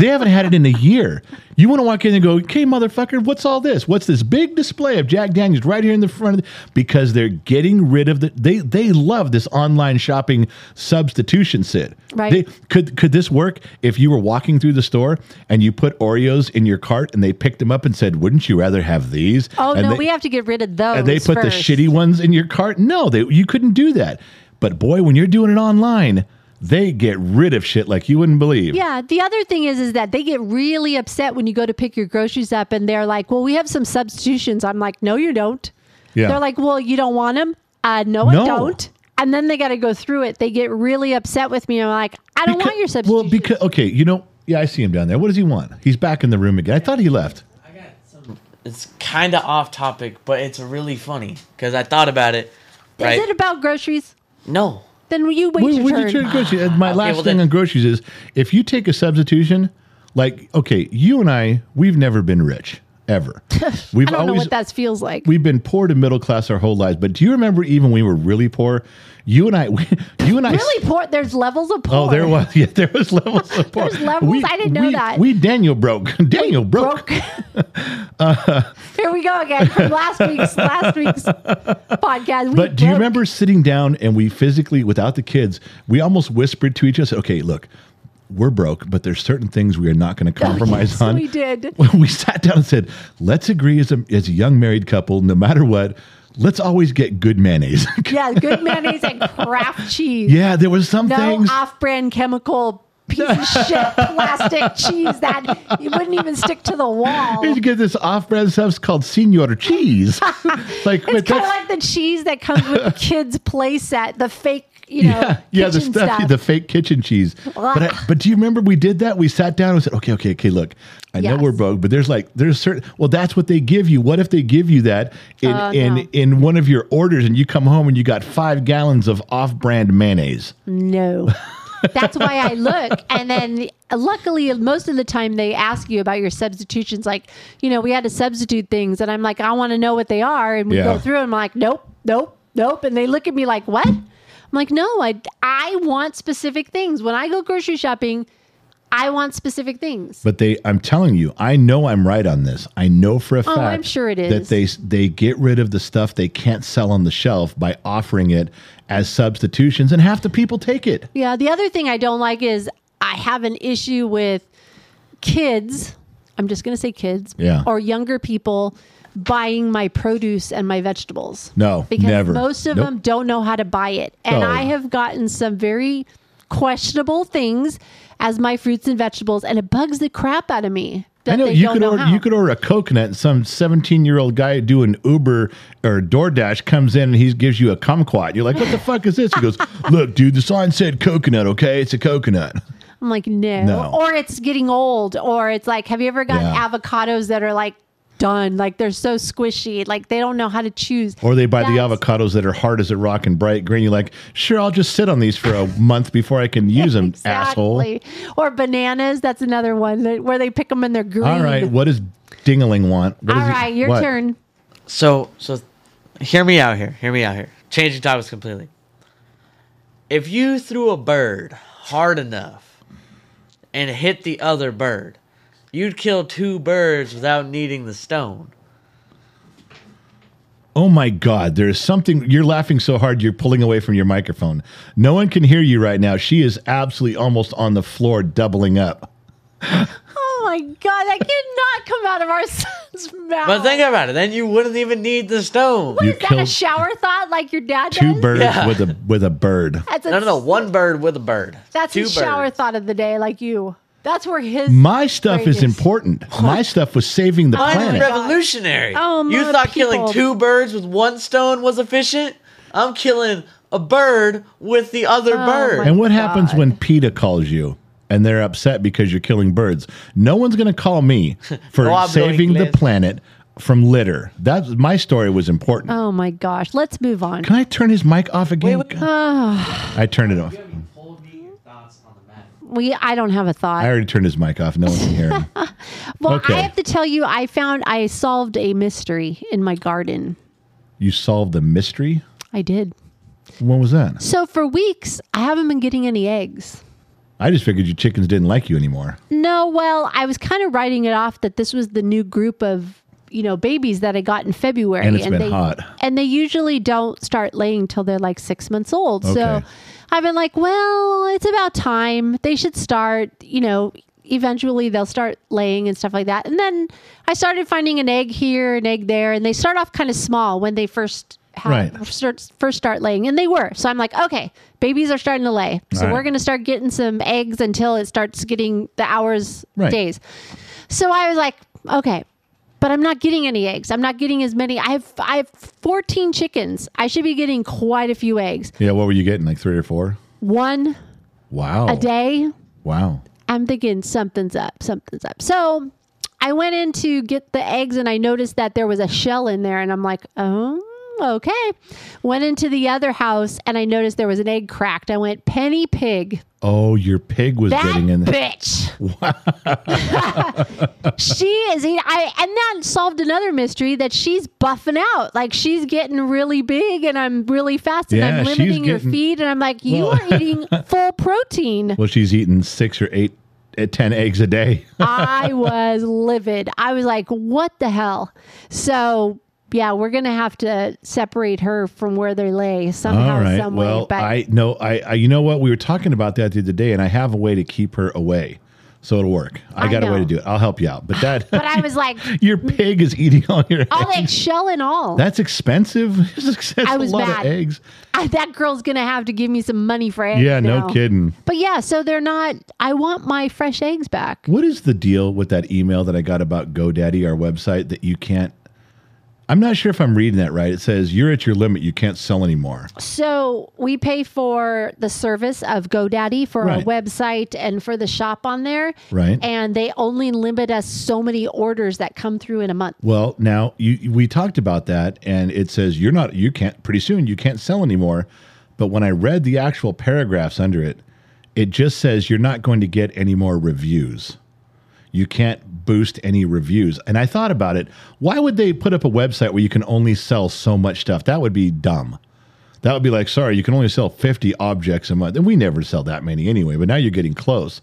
Speaker 3: they haven't had it in a year. You want to walk in and go, okay, motherfucker, what's all this? What's this big display of Jack Daniels right here in the front? Of the, because they're getting rid of the. They they love this online shopping substitution. Sid,
Speaker 4: Right.
Speaker 3: They, could could this work if you were walking through the store and you put Oreos in your cart and they picked them up and said, "Wouldn't you rather have these?"
Speaker 4: oh,
Speaker 3: And
Speaker 4: no,
Speaker 3: they-
Speaker 4: we have to get rid of those.
Speaker 3: and they put
Speaker 4: first.
Speaker 3: the shitty ones in your cart. No, they, you couldn't do that. But boy, when you're doing it online, they get rid of shit like you wouldn't believe.
Speaker 4: Yeah. The other thing is, is that they get really upset when you go to pick your groceries up, and they're like, "Well, we have some substitutions." I'm like, "No, you don't."
Speaker 3: Yeah.
Speaker 4: They're like, "Well, you don't want them." Uh, no,
Speaker 3: No.
Speaker 4: I don't. And then they got to go through it. They get really upset with me. I'm like, "I don't want your substitution."
Speaker 3: Well, because okay, you know, yeah, I see him down there. What does he want? He's back in the room again. I thought he left.
Speaker 5: I got some. It's kind of off topic, but it's really funny because I thought about it. Right?
Speaker 4: Is it about groceries?
Speaker 5: no.
Speaker 4: Then you wait
Speaker 3: Wait,
Speaker 4: your
Speaker 3: what'd
Speaker 4: turn.
Speaker 3: you turn groceries? And My
Speaker 5: Okay,
Speaker 3: last
Speaker 5: well
Speaker 3: thing
Speaker 5: then-
Speaker 3: on groceries is if you take a substitution, like okay, you and I, we've never been rich ever. We've
Speaker 4: I don't know what that feels like.
Speaker 3: we've been poor to middle class our whole lives. But do you remember even when we were really poor? You and I, we, you and I,
Speaker 4: really poor. There's levels of poor.
Speaker 3: Oh, there was yeah, there was levels of porn.
Speaker 4: There's levels? I didn't know
Speaker 3: we-
Speaker 4: that.
Speaker 3: We Daniel broke. Daniel broke.
Speaker 4: Broke. Here we go again from last week's last week's podcast. We
Speaker 3: But do you
Speaker 4: broke.
Speaker 3: remember sitting down and we physically, without the kids, we almost whispered to each other, "Okay, look, we're broke, but there's certain things we are not going to compromise
Speaker 4: Oh, yes,
Speaker 3: on."
Speaker 4: we did.
Speaker 3: We sat down and said, "Let's agree as a as a young married couple, no matter what." Let's always get good mayonnaise.
Speaker 4: Yeah, good mayonnaise and craft cheese.
Speaker 3: yeah, there was some
Speaker 4: no
Speaker 3: things.
Speaker 4: off-brand chemical piece of shit plastic cheese that you wouldn't even stick to the wall.
Speaker 3: you get this off-brand stuff it's called Senor Cheese. like, but
Speaker 4: It's kind of
Speaker 3: that's-
Speaker 4: like the cheese that comes with kids' play set, the fake, you know,
Speaker 3: yeah, yeah, the
Speaker 4: kitchen
Speaker 3: stuff, the fake kitchen cheese. But I,
Speaker 4: Ugh.
Speaker 3: but do you remember we did that? We sat down and said, okay, okay, okay. Look, I
Speaker 4: Yes.
Speaker 3: know we're broke, but there's like there's certain. Well, that's what they give you. What if they give you that in
Speaker 4: Uh,
Speaker 3: in
Speaker 4: no.
Speaker 3: in one of your orders, and you come home and you got five gallons of off-brand mayonnaise?
Speaker 4: No. That's why I look. And then luckily, most of the time they ask you about your substitutions. Like, you know, we had to substitute things. And I'm like, I want to know what they are. And we
Speaker 3: Yeah.
Speaker 4: go through and I'm like, nope, nope, nope. And they look at me like, what? I'm like, no, I, I want specific things. When I go grocery shopping, I want specific things.
Speaker 3: But they, I'm telling you, I know I'm right on this. I know for a fact.
Speaker 4: Oh, I'm sure it
Speaker 3: that
Speaker 4: is.
Speaker 3: they they get rid of the stuff they can't sell on the shelf by offering it as substitutions, and half the people take it.
Speaker 4: Yeah. The other thing I don't like is I have an issue with kids. I'm just going to say kids
Speaker 3: Yeah.
Speaker 4: or younger people buying my produce and my vegetables.
Speaker 3: No,
Speaker 4: because
Speaker 3: never.
Speaker 4: most of
Speaker 3: Nope.
Speaker 4: them don't know how to buy it. And
Speaker 3: No.
Speaker 4: I have gotten some very questionable things as my fruits and vegetables, and it bugs the crap out of me. That
Speaker 3: I know
Speaker 4: they
Speaker 3: you
Speaker 4: don't
Speaker 3: could
Speaker 4: know
Speaker 3: order
Speaker 4: how.
Speaker 3: you could order a coconut, and some seventeen-year-old guy doing Uber or DoorDash comes in and he gives you a kumquat. You're like, "What the fuck is this?" He goes, "Look, dude, the sign said coconut. Okay, it's a coconut."
Speaker 4: I'm like, no.
Speaker 3: No.
Speaker 4: Or it's getting old, or it's like, have you ever gotten
Speaker 3: Yeah.
Speaker 4: avocados that are like done? Like they're so squishy, like they don't know how to choose.
Speaker 3: Or they buy the
Speaker 4: That's-
Speaker 3: avocados that are hard as a rock and bright green. You're like, sure, I'll just sit on these for a month before I can use them, asshole.
Speaker 4: Exactly. Or bananas. That's another one that, where they pick them and they're green.
Speaker 3: All right, what does Dingaling want? What
Speaker 4: All
Speaker 3: does he-
Speaker 4: right, your
Speaker 3: what?
Speaker 4: turn.
Speaker 5: So so hear me out here. Hear me out here. Changing topics completely. If you threw a bird hard enough and hit the other bird, you'd kill two birds without needing the stone.
Speaker 3: Oh my God, there is something. You're laughing so hard, you're pulling away from your microphone. No one can hear you right now. She is absolutely almost on the floor, doubling up.
Speaker 4: Oh my god, that cannot come out of our son's mouth.
Speaker 5: But think about it, then you wouldn't even need the stone.
Speaker 3: You
Speaker 4: Is that a shower thought like your dad
Speaker 3: two
Speaker 4: does?
Speaker 3: birds
Speaker 5: Yeah.
Speaker 3: with a with a bird.
Speaker 4: That's a,
Speaker 5: No, no, no. One bird with a bird.
Speaker 4: That's
Speaker 5: two
Speaker 4: his shower
Speaker 5: birds.
Speaker 4: thought of the day, like you. That's where his
Speaker 3: My stuff is
Speaker 4: Outrageous.
Speaker 3: important. My stuff was saving the
Speaker 5: I'm
Speaker 3: planet.
Speaker 5: revolutionary.
Speaker 4: Oh,
Speaker 5: you
Speaker 4: my
Speaker 5: thought
Speaker 4: people.
Speaker 5: killing two birds with one stone was efficient? I'm killing a bird with the other bird.
Speaker 4: Oh my-
Speaker 3: And what happens
Speaker 4: God.
Speaker 3: when PETA calls you and they're upset because you're killing birds? No one's going to call me for
Speaker 5: No hablo
Speaker 3: saving the
Speaker 5: inglés.
Speaker 3: planet from litter. That's my story was important.
Speaker 4: Oh my gosh. Let's move on.
Speaker 3: Can I turn his mic off again?
Speaker 5: what-
Speaker 3: I turned it off.
Speaker 4: We I don't have a thought.
Speaker 3: I already turned his mic off. No one can hear him.
Speaker 4: well, I
Speaker 3: okay.
Speaker 4: have to tell you, I found I solved a mystery in my garden.
Speaker 3: You solved the mystery.
Speaker 4: I did.
Speaker 3: When was that?
Speaker 4: So for weeks, I haven't been getting any eggs.
Speaker 3: I just figured your chickens didn't like you anymore.
Speaker 4: No, well, I was kind of writing it off that this was the new group of you know babies that I got in February,
Speaker 3: And it's been
Speaker 4: they,
Speaker 3: hot.
Speaker 4: And they usually don't start laying till they're like six months old. So
Speaker 3: Okay.
Speaker 4: I've been like, well, it's about time they should start. You know, eventually they'll start laying and stuff like that. And then I started finding an egg here, an egg there, and they start off kind of small when they first. Have,
Speaker 3: Right.
Speaker 4: start, first start laying and they were so i'm like okay babies are starting to lay so
Speaker 3: Right.
Speaker 4: we're going to start getting some eggs until it starts getting the hours
Speaker 3: Right.
Speaker 4: days so i was like okay but i'm not getting any eggs i'm not getting as many i have i have 14 chickens i should be getting quite a few eggs
Speaker 3: Yeah. What were you getting? Like three or four?
Speaker 4: one
Speaker 3: Wow.
Speaker 4: a day
Speaker 3: Wow.
Speaker 4: i'm thinking something's up something's up so i went in to get the eggs and i noticed that there was a shell in there and i'm like oh okay went into the other house and i noticed there was an egg cracked i went penny pig
Speaker 3: Oh, your pig was
Speaker 4: that
Speaker 3: getting in there.
Speaker 4: bitch. she is eating. I and that solved another mystery that she's buffing out. Like she's getting really big, and I'm really fast, and
Speaker 3: Yeah,
Speaker 4: I'm
Speaker 3: she's
Speaker 4: limiting your
Speaker 3: getting-
Speaker 4: feed, and I'm like, you are eating full protein.
Speaker 3: Well, she's eating six or eight, eh, ten eggs a day.
Speaker 4: I was livid. I was like, what the hell? So. Yeah, we're gonna have to separate her from where they lay somehow,
Speaker 3: All right.
Speaker 4: some way.
Speaker 3: well,
Speaker 4: but
Speaker 3: I no, I, I you know what we were talking about that the other day, and I have a way to keep her away, so it'll work. I,
Speaker 4: I
Speaker 3: got a way
Speaker 4: know.
Speaker 3: to do it. I'll help you out. But that,
Speaker 4: but I was like,
Speaker 3: your pig is eating all your.
Speaker 4: all
Speaker 3: eggs.
Speaker 4: that shell and all.
Speaker 3: That's expensive. That's
Speaker 4: I
Speaker 3: a
Speaker 4: was
Speaker 3: lot
Speaker 4: mad.
Speaker 3: of eggs.
Speaker 4: I, that girl's gonna have to give me some money for eggs.
Speaker 3: Yeah, no
Speaker 4: now.
Speaker 3: kidding.
Speaker 4: But yeah, so they're not. I want my fresh eggs back.
Speaker 3: What is the deal with that email that I got about GoDaddy, our website, that you can't? I'm not sure if I'm reading that right. It says you're at your limit. You can't sell anymore.
Speaker 4: So we pay for the service of GoDaddy for our
Speaker 3: Right.
Speaker 4: website and for the shop on there.
Speaker 3: Right.
Speaker 4: And they only limit us so many orders that come through in a month.
Speaker 3: Well, now you we talked about that, and it says you're not you can't pretty soon you can't sell anymore. But when I read the actual paragraphs under it, it just says you're not going to get any more reviews. You can't boost any reviews. And I thought about it. Why would they put up a website where you can only sell so much stuff? That would be dumb. That would be like, sorry, you can only sell 50 objects a month. And we never sell that many anyway, but now you're getting close.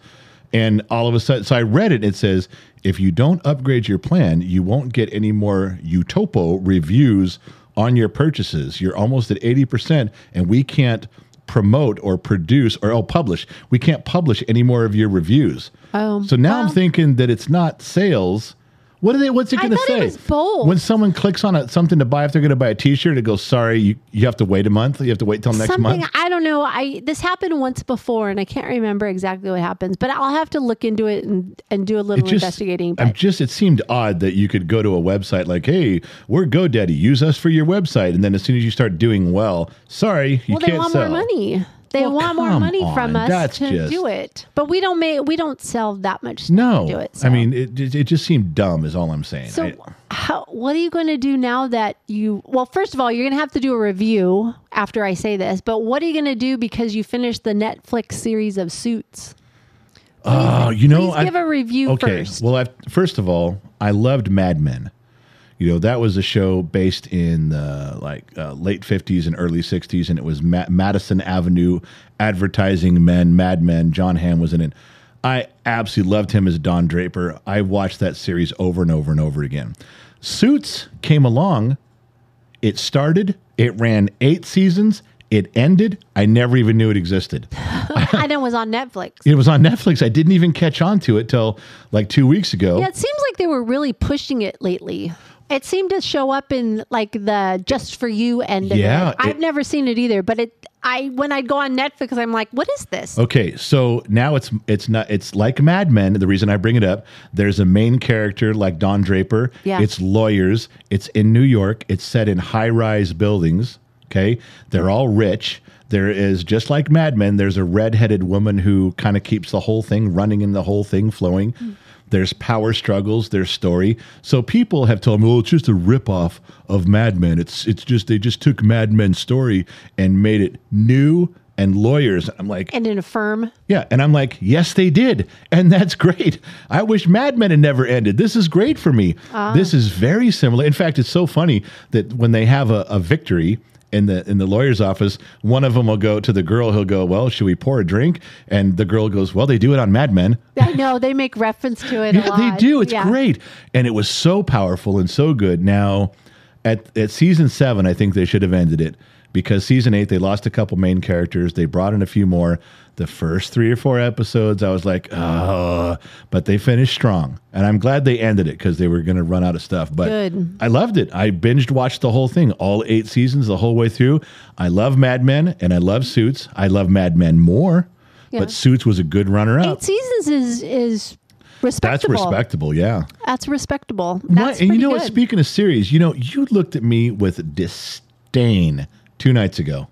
Speaker 3: And all of a sudden, so I read it, it says, if you don't upgrade your plan, you won't get any more Utopo reviews on your purchases. You're almost at 80%, and we can't promote or produce or oh publish. We can't publish any more of your reviews.
Speaker 4: Oh,
Speaker 3: so now I'm
Speaker 4: well.
Speaker 3: thinking that it's not sales. What are they what's it
Speaker 4: I
Speaker 3: gonna
Speaker 4: thought it
Speaker 3: say?
Speaker 4: was bold.
Speaker 3: When someone clicks on a, something to buy, if they're going to buy a T-shirt, it goes, "Sorry, you, you have to wait a month. You have to wait till next
Speaker 4: Something
Speaker 3: month."
Speaker 4: I don't know. I this happened once before, and I can't remember exactly what happens. But I'll have to look into it and, and do a little
Speaker 3: It just-
Speaker 4: investigating.
Speaker 3: I'm
Speaker 4: But
Speaker 3: just. It seemed odd that you could go to a website like, "Hey, we're GoDaddy. Use us for your website," and then as soon as you start doing well, sorry, you
Speaker 4: well, they
Speaker 3: can't
Speaker 4: want
Speaker 3: sell.
Speaker 4: more money. They
Speaker 3: Well,
Speaker 4: want more
Speaker 3: come
Speaker 4: money from
Speaker 3: on.
Speaker 4: us
Speaker 3: That's
Speaker 4: to
Speaker 3: just-
Speaker 4: do it, but we don't make we don't sell that much stuff
Speaker 3: No,
Speaker 4: to do it.
Speaker 3: I
Speaker 4: so.
Speaker 3: mean it, it. It just seemed dumb, is all I'm saying.
Speaker 4: So,
Speaker 3: I-
Speaker 4: how, what are you going to do now that you? Well, first of all, you're going to have to do a review after I say this. But what are you going to do because you finished the Netflix series of Suits?
Speaker 3: Oh, you know,
Speaker 4: please give a review first.
Speaker 3: Well, I, first of all, I loved Mad Men. You know, that was a show based in the like uh, late fifties and early sixties, and it was Ma- Madison Avenue advertising men, Mad Men. John Hamm was in it. I absolutely loved him as Don Draper. I watched that series over and over and over again. Suits came along. It started. It ran eight seasons. It ended. I never even knew it existed.
Speaker 4: and it was on Netflix.
Speaker 3: It was on Netflix. I didn't even catch on to it till like two weeks ago.
Speaker 4: Yeah, it seems like they were really pushing it lately. It seemed to show up in like the just for you end of
Speaker 3: Yeah,
Speaker 4: it. I've
Speaker 3: it-
Speaker 4: never seen it either, but it I when I'd go on Netflix, I'm like, what is this?
Speaker 3: Okay, so now it's it's not it's like Mad Men. The reason I bring it up, there's a main character like Don Draper.
Speaker 4: Yeah.
Speaker 3: It's lawyers. It's in New York. It's set in high-rise buildings. Okay, they're all rich. There is just like Mad Men. There's a redheaded woman who kind of keeps the whole thing running and the whole thing flowing. There's power struggles. There's story. So people have told me, "Well, it's just a ripoff of Mad Men. It's it's just they just took Mad Men's story and made it new." And lawyers, I'm like,
Speaker 4: And in a firm,
Speaker 3: yeah, and I'm like, yes, they did, and that's great. I wish Mad Men had never ended. This is great for me. This is very similar. In fact, it's so funny that when they have a, a victory in the in the lawyer's office, one of them will go to the girl. He'll go, well, should we pour a drink? And the girl goes, well, they do it on Mad Men.
Speaker 4: I know they make reference to it. a
Speaker 3: Yeah,
Speaker 4: lot.
Speaker 3: they do. It's
Speaker 4: Yeah.
Speaker 3: great, and it was so powerful and so good. Now, at at season seven, I think they should have ended it because season eight they lost a couple main characters. They brought in a few more. The first three or four episodes, I was like, oh, but they finished strong, and I'm glad they ended it because they were going to run out of stuff. But
Speaker 4: Good.
Speaker 3: I loved it. I binged watched the whole thing, all eight seasons, the whole way through. I love Mad Men and I love Suits. I love Mad Men more,
Speaker 4: Yeah.
Speaker 3: but Suits was a good runner up.
Speaker 4: Eight seasons is is
Speaker 3: That's
Speaker 4: respectable.
Speaker 3: respectable, yeah.
Speaker 4: That's respectable.
Speaker 3: Right, and
Speaker 4: That's
Speaker 3: you
Speaker 4: pretty
Speaker 3: know what?
Speaker 4: good.
Speaker 3: Speaking of series, you know, you looked at me with disdain two nights ago.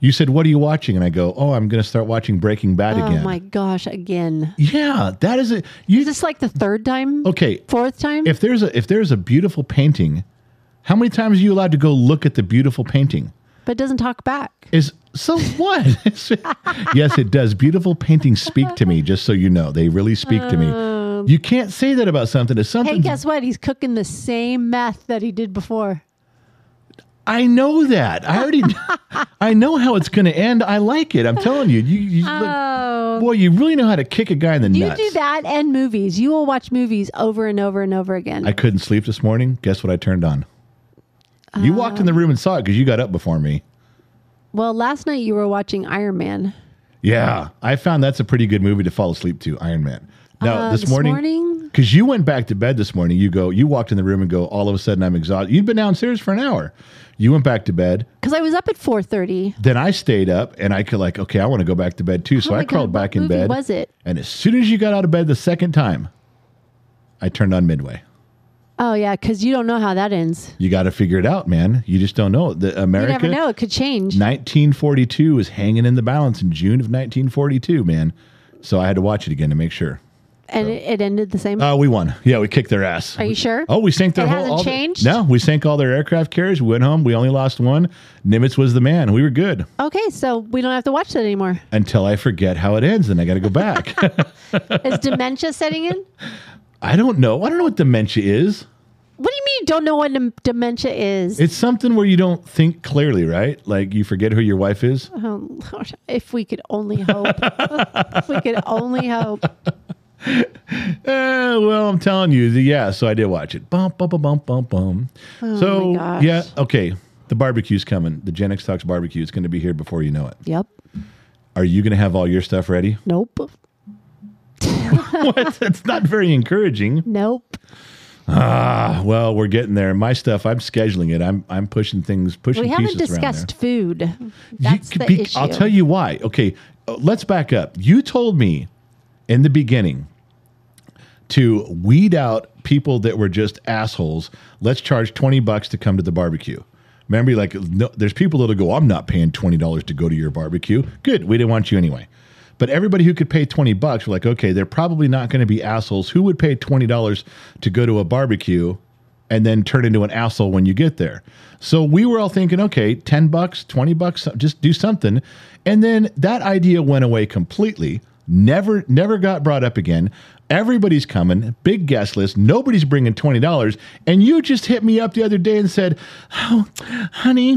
Speaker 3: You said, "What are you watching?" And I go, "Oh, I'm going to start watching Breaking Bad
Speaker 4: Oh
Speaker 3: again."
Speaker 4: my gosh! Again,
Speaker 3: Yeah, that is it. You
Speaker 4: is this like the third time?
Speaker 3: okay?
Speaker 4: Fourth time?
Speaker 3: If there's a if there's a beautiful painting, how many times are you allowed to go look at the beautiful painting?
Speaker 4: but it doesn't talk back.
Speaker 3: Is so what? yes, it does. Beautiful paintings speak to me. Just so you know, they really speak to me. You can't say that about something. If
Speaker 4: Um, Hey,
Speaker 3: something,
Speaker 4: guess what? He's cooking the same meth that he did before.
Speaker 3: I know that. I already, I know how it's going to end. I like it. I'm telling you. You, you look- boy, you really know how to kick a guy in the
Speaker 4: Oh. You
Speaker 3: nuts.
Speaker 4: do that and movies. You will watch movies over and over and over again.
Speaker 3: I couldn't sleep this morning. Guess what I turned on? You walked in
Speaker 4: Um.
Speaker 3: the room and saw it because you got up before me.
Speaker 4: well, last night you were watching Iron Man.
Speaker 3: Yeah, I found that's a pretty good movie to fall asleep to, Iron Man. Now
Speaker 4: Uh,
Speaker 3: this
Speaker 4: this
Speaker 3: morning,
Speaker 4: morning?
Speaker 3: because you went back to bed this morning, you go, you walked in the room and go. All of a sudden, I'm exhausted. You'd been downstairs for an hour. You went back to bed.
Speaker 4: Because I was up at four thirty.
Speaker 3: Then I stayed up and I could like, okay, I want to go back to bed too. So
Speaker 4: Oh
Speaker 3: I
Speaker 4: my God,
Speaker 3: crawled
Speaker 4: what
Speaker 3: back in
Speaker 4: movie
Speaker 3: bed.
Speaker 4: was it?
Speaker 3: And as soon as you got out of bed the second time, I turned on Midway.
Speaker 4: Oh yeah, because you don't know how that ends.
Speaker 3: You got to figure it out, man. You just don't know. The
Speaker 4: You
Speaker 3: America
Speaker 4: never know; it could change.
Speaker 3: 1942 is hanging in the balance in June of 1942, man. So I had to watch it again to make sure.
Speaker 4: and it, it ended the same.
Speaker 3: Oh, we won. Yeah, we kicked their ass.
Speaker 4: Are you sure?
Speaker 3: Oh, we sank their
Speaker 4: It
Speaker 3: whole.
Speaker 4: hasn't
Speaker 3: all the-
Speaker 4: changed?
Speaker 3: no, we sank all their aircraft carriers. We went home. We only lost one. Nimitz was the man. We were good
Speaker 4: okay, so we don't have to watch that anymore.
Speaker 3: until I forget how it ends. Then I got to go back.
Speaker 4: Is dementia setting in?
Speaker 3: I don't know. I don't know what dementia is.
Speaker 4: What do you mean you don't know what dem- dementia is?
Speaker 3: It's something where you don't think clearly, right? Like you forget who your wife is.
Speaker 4: Oh, Lord, if we could only hope. if we could only hope.
Speaker 3: Eh, well, I'm telling you, the, yeah. So I did watch it. Bum bum bum bum bum bum. so
Speaker 4: Oh, my gosh.
Speaker 3: yeah, okay. The barbecue's coming. The Gen X Talks barbecue is going to be here before you know it.
Speaker 4: Yep.
Speaker 3: Are you going to have all your stuff ready?
Speaker 4: Nope.
Speaker 3: what? That's not very encouraging.
Speaker 4: Nope.
Speaker 3: Ah, well, we're getting there. My stuff, I'm scheduling it. I'm I'm pushing things, pushing
Speaker 4: We haven't
Speaker 3: pieces around there.
Speaker 4: discussed food.
Speaker 3: You
Speaker 4: That's
Speaker 3: could
Speaker 4: the
Speaker 3: be-
Speaker 4: issue.
Speaker 3: I'll tell you why. Okay, uh, let's back up. You told me in the beginning to weed out people that were just assholes. Let's charge 20 bucks to come to the barbecue. Remember, like, no, there's people that'll go, I'm not paying $20 to go to your barbecue. Good. We didn't want you anyway. But everybody who could pay 20 bucks, we're like, okay, they're probably not going to be assholes. Who would pay $20 to go to a barbecue and then turn into an asshole when you get there? So we were all thinking, okay, 10 bucks, 20 bucks, just do something. And then that idea went away completely. Never, never got brought up again. Everybody's coming, big guest list. Nobody's bringing twenty dollars, and you just hit me up the other day and said, "Oh, honey,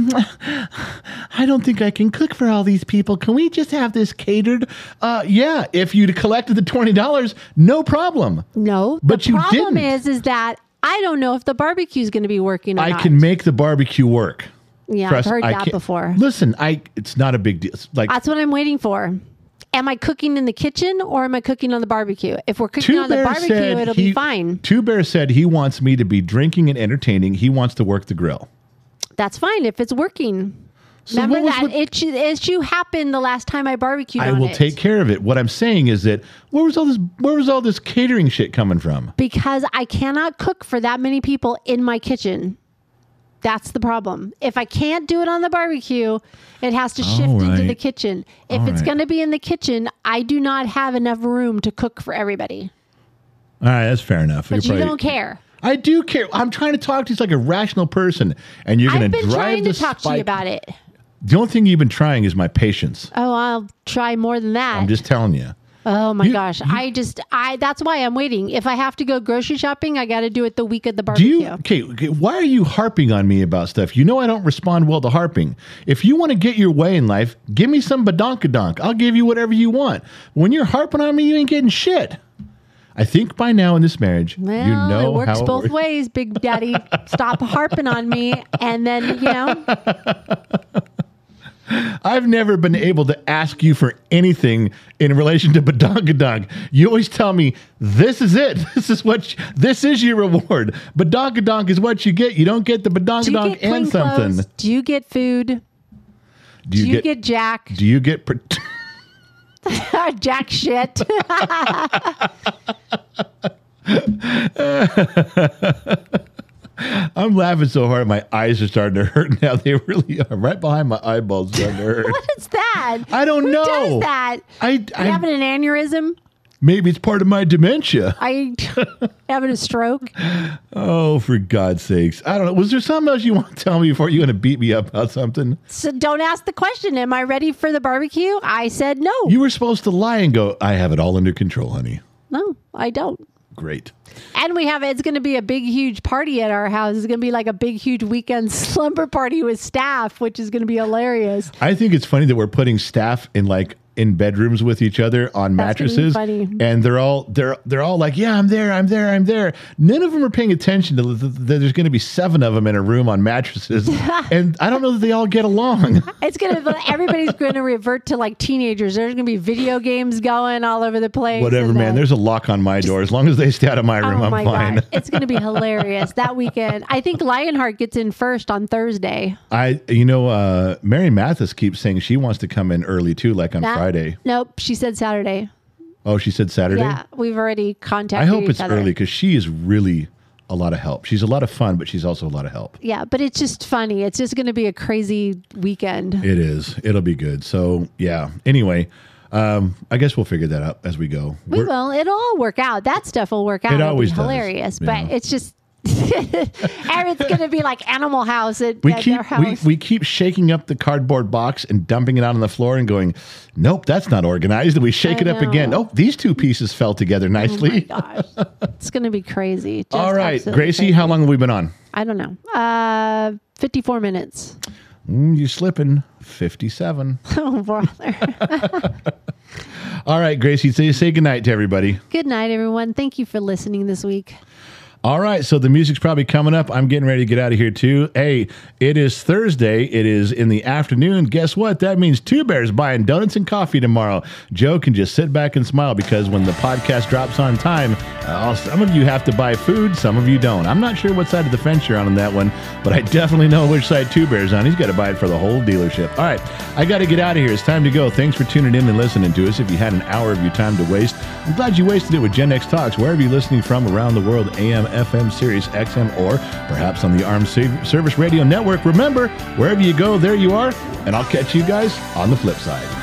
Speaker 3: I don't think I can cook for all these people. Can we just have this catered?" Uh, yeah, if you'd collected the twenty dollars, no problem.
Speaker 4: No,
Speaker 3: But
Speaker 4: the
Speaker 3: you
Speaker 4: problem
Speaker 3: didn't.
Speaker 4: is, is that I don't know if the barbecue's going to be working. Or
Speaker 3: I
Speaker 4: not.
Speaker 3: can make the barbecue work.
Speaker 4: Yeah,
Speaker 3: Trust-
Speaker 4: I've heard
Speaker 3: I
Speaker 4: that
Speaker 3: can't-
Speaker 4: before.
Speaker 3: Listen, I it's not a big deal. It's like
Speaker 4: That's what I'm waiting for. Am I cooking in the kitchen or am I cooking on the barbecue? If we're cooking
Speaker 3: Two
Speaker 4: on the
Speaker 3: Bear
Speaker 4: barbecue,
Speaker 3: said
Speaker 4: it'll
Speaker 3: he,
Speaker 4: be fine.
Speaker 3: Two Bear said he wants me to be drinking and entertaining. He wants to work the grill.
Speaker 4: That's fine if it's working.
Speaker 3: So what
Speaker 4: Remember
Speaker 3: was
Speaker 4: that
Speaker 3: with-
Speaker 4: issue, issue happened the last time I barbecued.
Speaker 3: I
Speaker 4: on
Speaker 3: will
Speaker 4: it.
Speaker 3: take care of it. What I'm saying is that where was all this where was all this catering shit coming from?
Speaker 4: because I cannot cook for that many people in my kitchen. That's the problem. If I can't do it on the barbecue, it has to shift
Speaker 3: All
Speaker 4: into
Speaker 3: right.
Speaker 4: the kitchen. If
Speaker 3: All
Speaker 4: it's
Speaker 3: right.
Speaker 4: going to be in the kitchen, I do not have enough room to cook for everybody.
Speaker 3: All right, that's fair enough. You're
Speaker 4: But you
Speaker 3: probably-
Speaker 4: don't care.
Speaker 3: I do care. I'm trying to talk to you like a rational person, and you're going
Speaker 4: I've
Speaker 3: to
Speaker 4: been
Speaker 3: drive
Speaker 4: trying to
Speaker 3: the
Speaker 4: talk to
Speaker 3: spike-
Speaker 4: you about it.
Speaker 3: The only thing you've been trying is my patience.
Speaker 4: Oh, I'll try more than that.
Speaker 3: I'm just telling you.
Speaker 4: oh my
Speaker 3: You-
Speaker 4: gosh. I just I that's why I'm waiting. If I have to go grocery shopping, I got to do it the week of the
Speaker 3: Do
Speaker 4: barbecue.
Speaker 3: you okay, okay? Why are you harping on me about stuff? You know I don't respond well to harping. If you want to get your way in life, give me some badonkadonk. I'll give you whatever you want. When you're harping on me, you ain't getting shit. I think by now in this marriage,
Speaker 4: Well,
Speaker 3: you know
Speaker 4: it works
Speaker 3: how it
Speaker 4: both
Speaker 3: works.
Speaker 4: ways, Big Daddy. Stop harping on me, and then you know.
Speaker 3: I've never been able to ask you for anything in relation to Badonkadonk. You always tell me this is it. This is what. You, this is your reward. Badonkadonk is what you get. You don't get the
Speaker 4: Do you
Speaker 3: Badonkadonk
Speaker 4: get clean
Speaker 3: and something.
Speaker 4: clothes? Do you get food?
Speaker 3: Do
Speaker 4: Do you get, Jack?
Speaker 3: Do you get? pr-
Speaker 4: jack shit.
Speaker 3: I'm laughing so hard, my eyes are starting to hurt now. They really are. Right behind my eyeballs, starting to hurt.
Speaker 4: What's that?
Speaker 3: I don't
Speaker 4: Who
Speaker 3: know.
Speaker 4: Does that?
Speaker 3: I,
Speaker 4: You having
Speaker 3: I
Speaker 4: an aneurysm?
Speaker 3: maybe it's part of my dementia.
Speaker 4: I having a stroke?
Speaker 3: Oh, for God's sakes! I don't know. Was there something else you want to tell me before you're going to beat me up about something?
Speaker 4: So don't ask the question. Am I ready for the barbecue? I said no.
Speaker 3: You were supposed to lie and go, I have it all under control, honey.
Speaker 4: no, I don't.
Speaker 3: Great.
Speaker 4: And we have it's going to be a big, huge party at our house. It's going to be like a big, huge weekend slumber party with staff, which is going to be hilarious.
Speaker 3: I think it's funny that we're putting staff in like in bedrooms with each other on
Speaker 4: That's gonna be
Speaker 3: mattresses
Speaker 4: funny.
Speaker 3: and they're all they're they're all like yeah i'm there i'm there i'm there none of them are paying attention to th- that there's going to be seven of them in a room on mattresses and i don't know that they all get along
Speaker 4: It's going to everybody's going to revert to like teenagers. There's going to be video games going all over the place.
Speaker 3: whatever
Speaker 4: and
Speaker 3: man
Speaker 4: the-
Speaker 3: there's a lock on my door as long as they stay out of my
Speaker 4: Oh
Speaker 3: room i'm fine
Speaker 4: God. It's going to be hilarious that weekend. I think Lionheart gets in first on Thursday.
Speaker 3: i you know uh mary mathis keeps saying she wants to come in early too like on
Speaker 4: That-
Speaker 3: friday
Speaker 4: Nope. She said Saturday.
Speaker 3: oh she said saturday
Speaker 4: Yeah. We've already contacted
Speaker 3: i hope
Speaker 4: each
Speaker 3: it's
Speaker 4: other.
Speaker 3: early because she is really a lot of help she's a lot of fun but she's also a lot of help
Speaker 4: Yeah. But it's just funny. It's just going to be a crazy weekend.
Speaker 3: It is. It'll be good. So yeah. Anyway, um, I guess we'll figure that out as we go.
Speaker 4: We
Speaker 3: We're-
Speaker 4: will. It'll all work out. That stuff will work out. It'll
Speaker 3: always
Speaker 4: be
Speaker 3: does,
Speaker 4: hilarious.
Speaker 3: you know.
Speaker 4: But it's just Aaron's gonna be like Animal House at,
Speaker 3: We
Speaker 4: at
Speaker 3: keep
Speaker 4: their
Speaker 3: we,
Speaker 4: house.
Speaker 3: we keep shaking up the cardboard box and dumping it out on the floor and going, nope, that's not organized. And we shake
Speaker 4: I
Speaker 3: it up again.
Speaker 4: know.
Speaker 3: Oh,
Speaker 4: Oh
Speaker 3: these two pieces fell together nicely.
Speaker 4: Gosh, it's gonna be crazy. Just
Speaker 3: All right,
Speaker 4: absolutely
Speaker 3: Gracie,
Speaker 4: crazy.
Speaker 3: how long have we been on?
Speaker 4: I don't know. Uh, fifty-four minutes.
Speaker 3: Mm, you slipping? Fifty-seven.
Speaker 4: Oh brother.
Speaker 3: All right, Gracie, say say goodnight to everybody.
Speaker 4: Good night, everyone. Thank you for listening this week.
Speaker 3: All right, so the music's probably coming up. I'm getting ready to get out of here too. Hey, it is Thursday. It is in the afternoon. Guess what? That means Two Bears buying donuts and coffee tomorrow. Joe can just sit back and smile because when the podcast drops on time, uh, some of you have to buy food, some of you don't. I'm not sure what side of the fence you're on on that one, but I definitely know which side Two Bears on. He's got to buy it for the whole dealership. All right, I got to get out of here. It's time to go. Thanks for tuning in and listening to us. If you had an hour of your time to waste, I'm glad you wasted it with Gen X Talks, wherever you're listening from around the world, AM, FM Series XM, or perhaps on the Armed Sa- Service Radio Network. Remember, wherever you go, there you are. And I'll catch you guys on the flip side.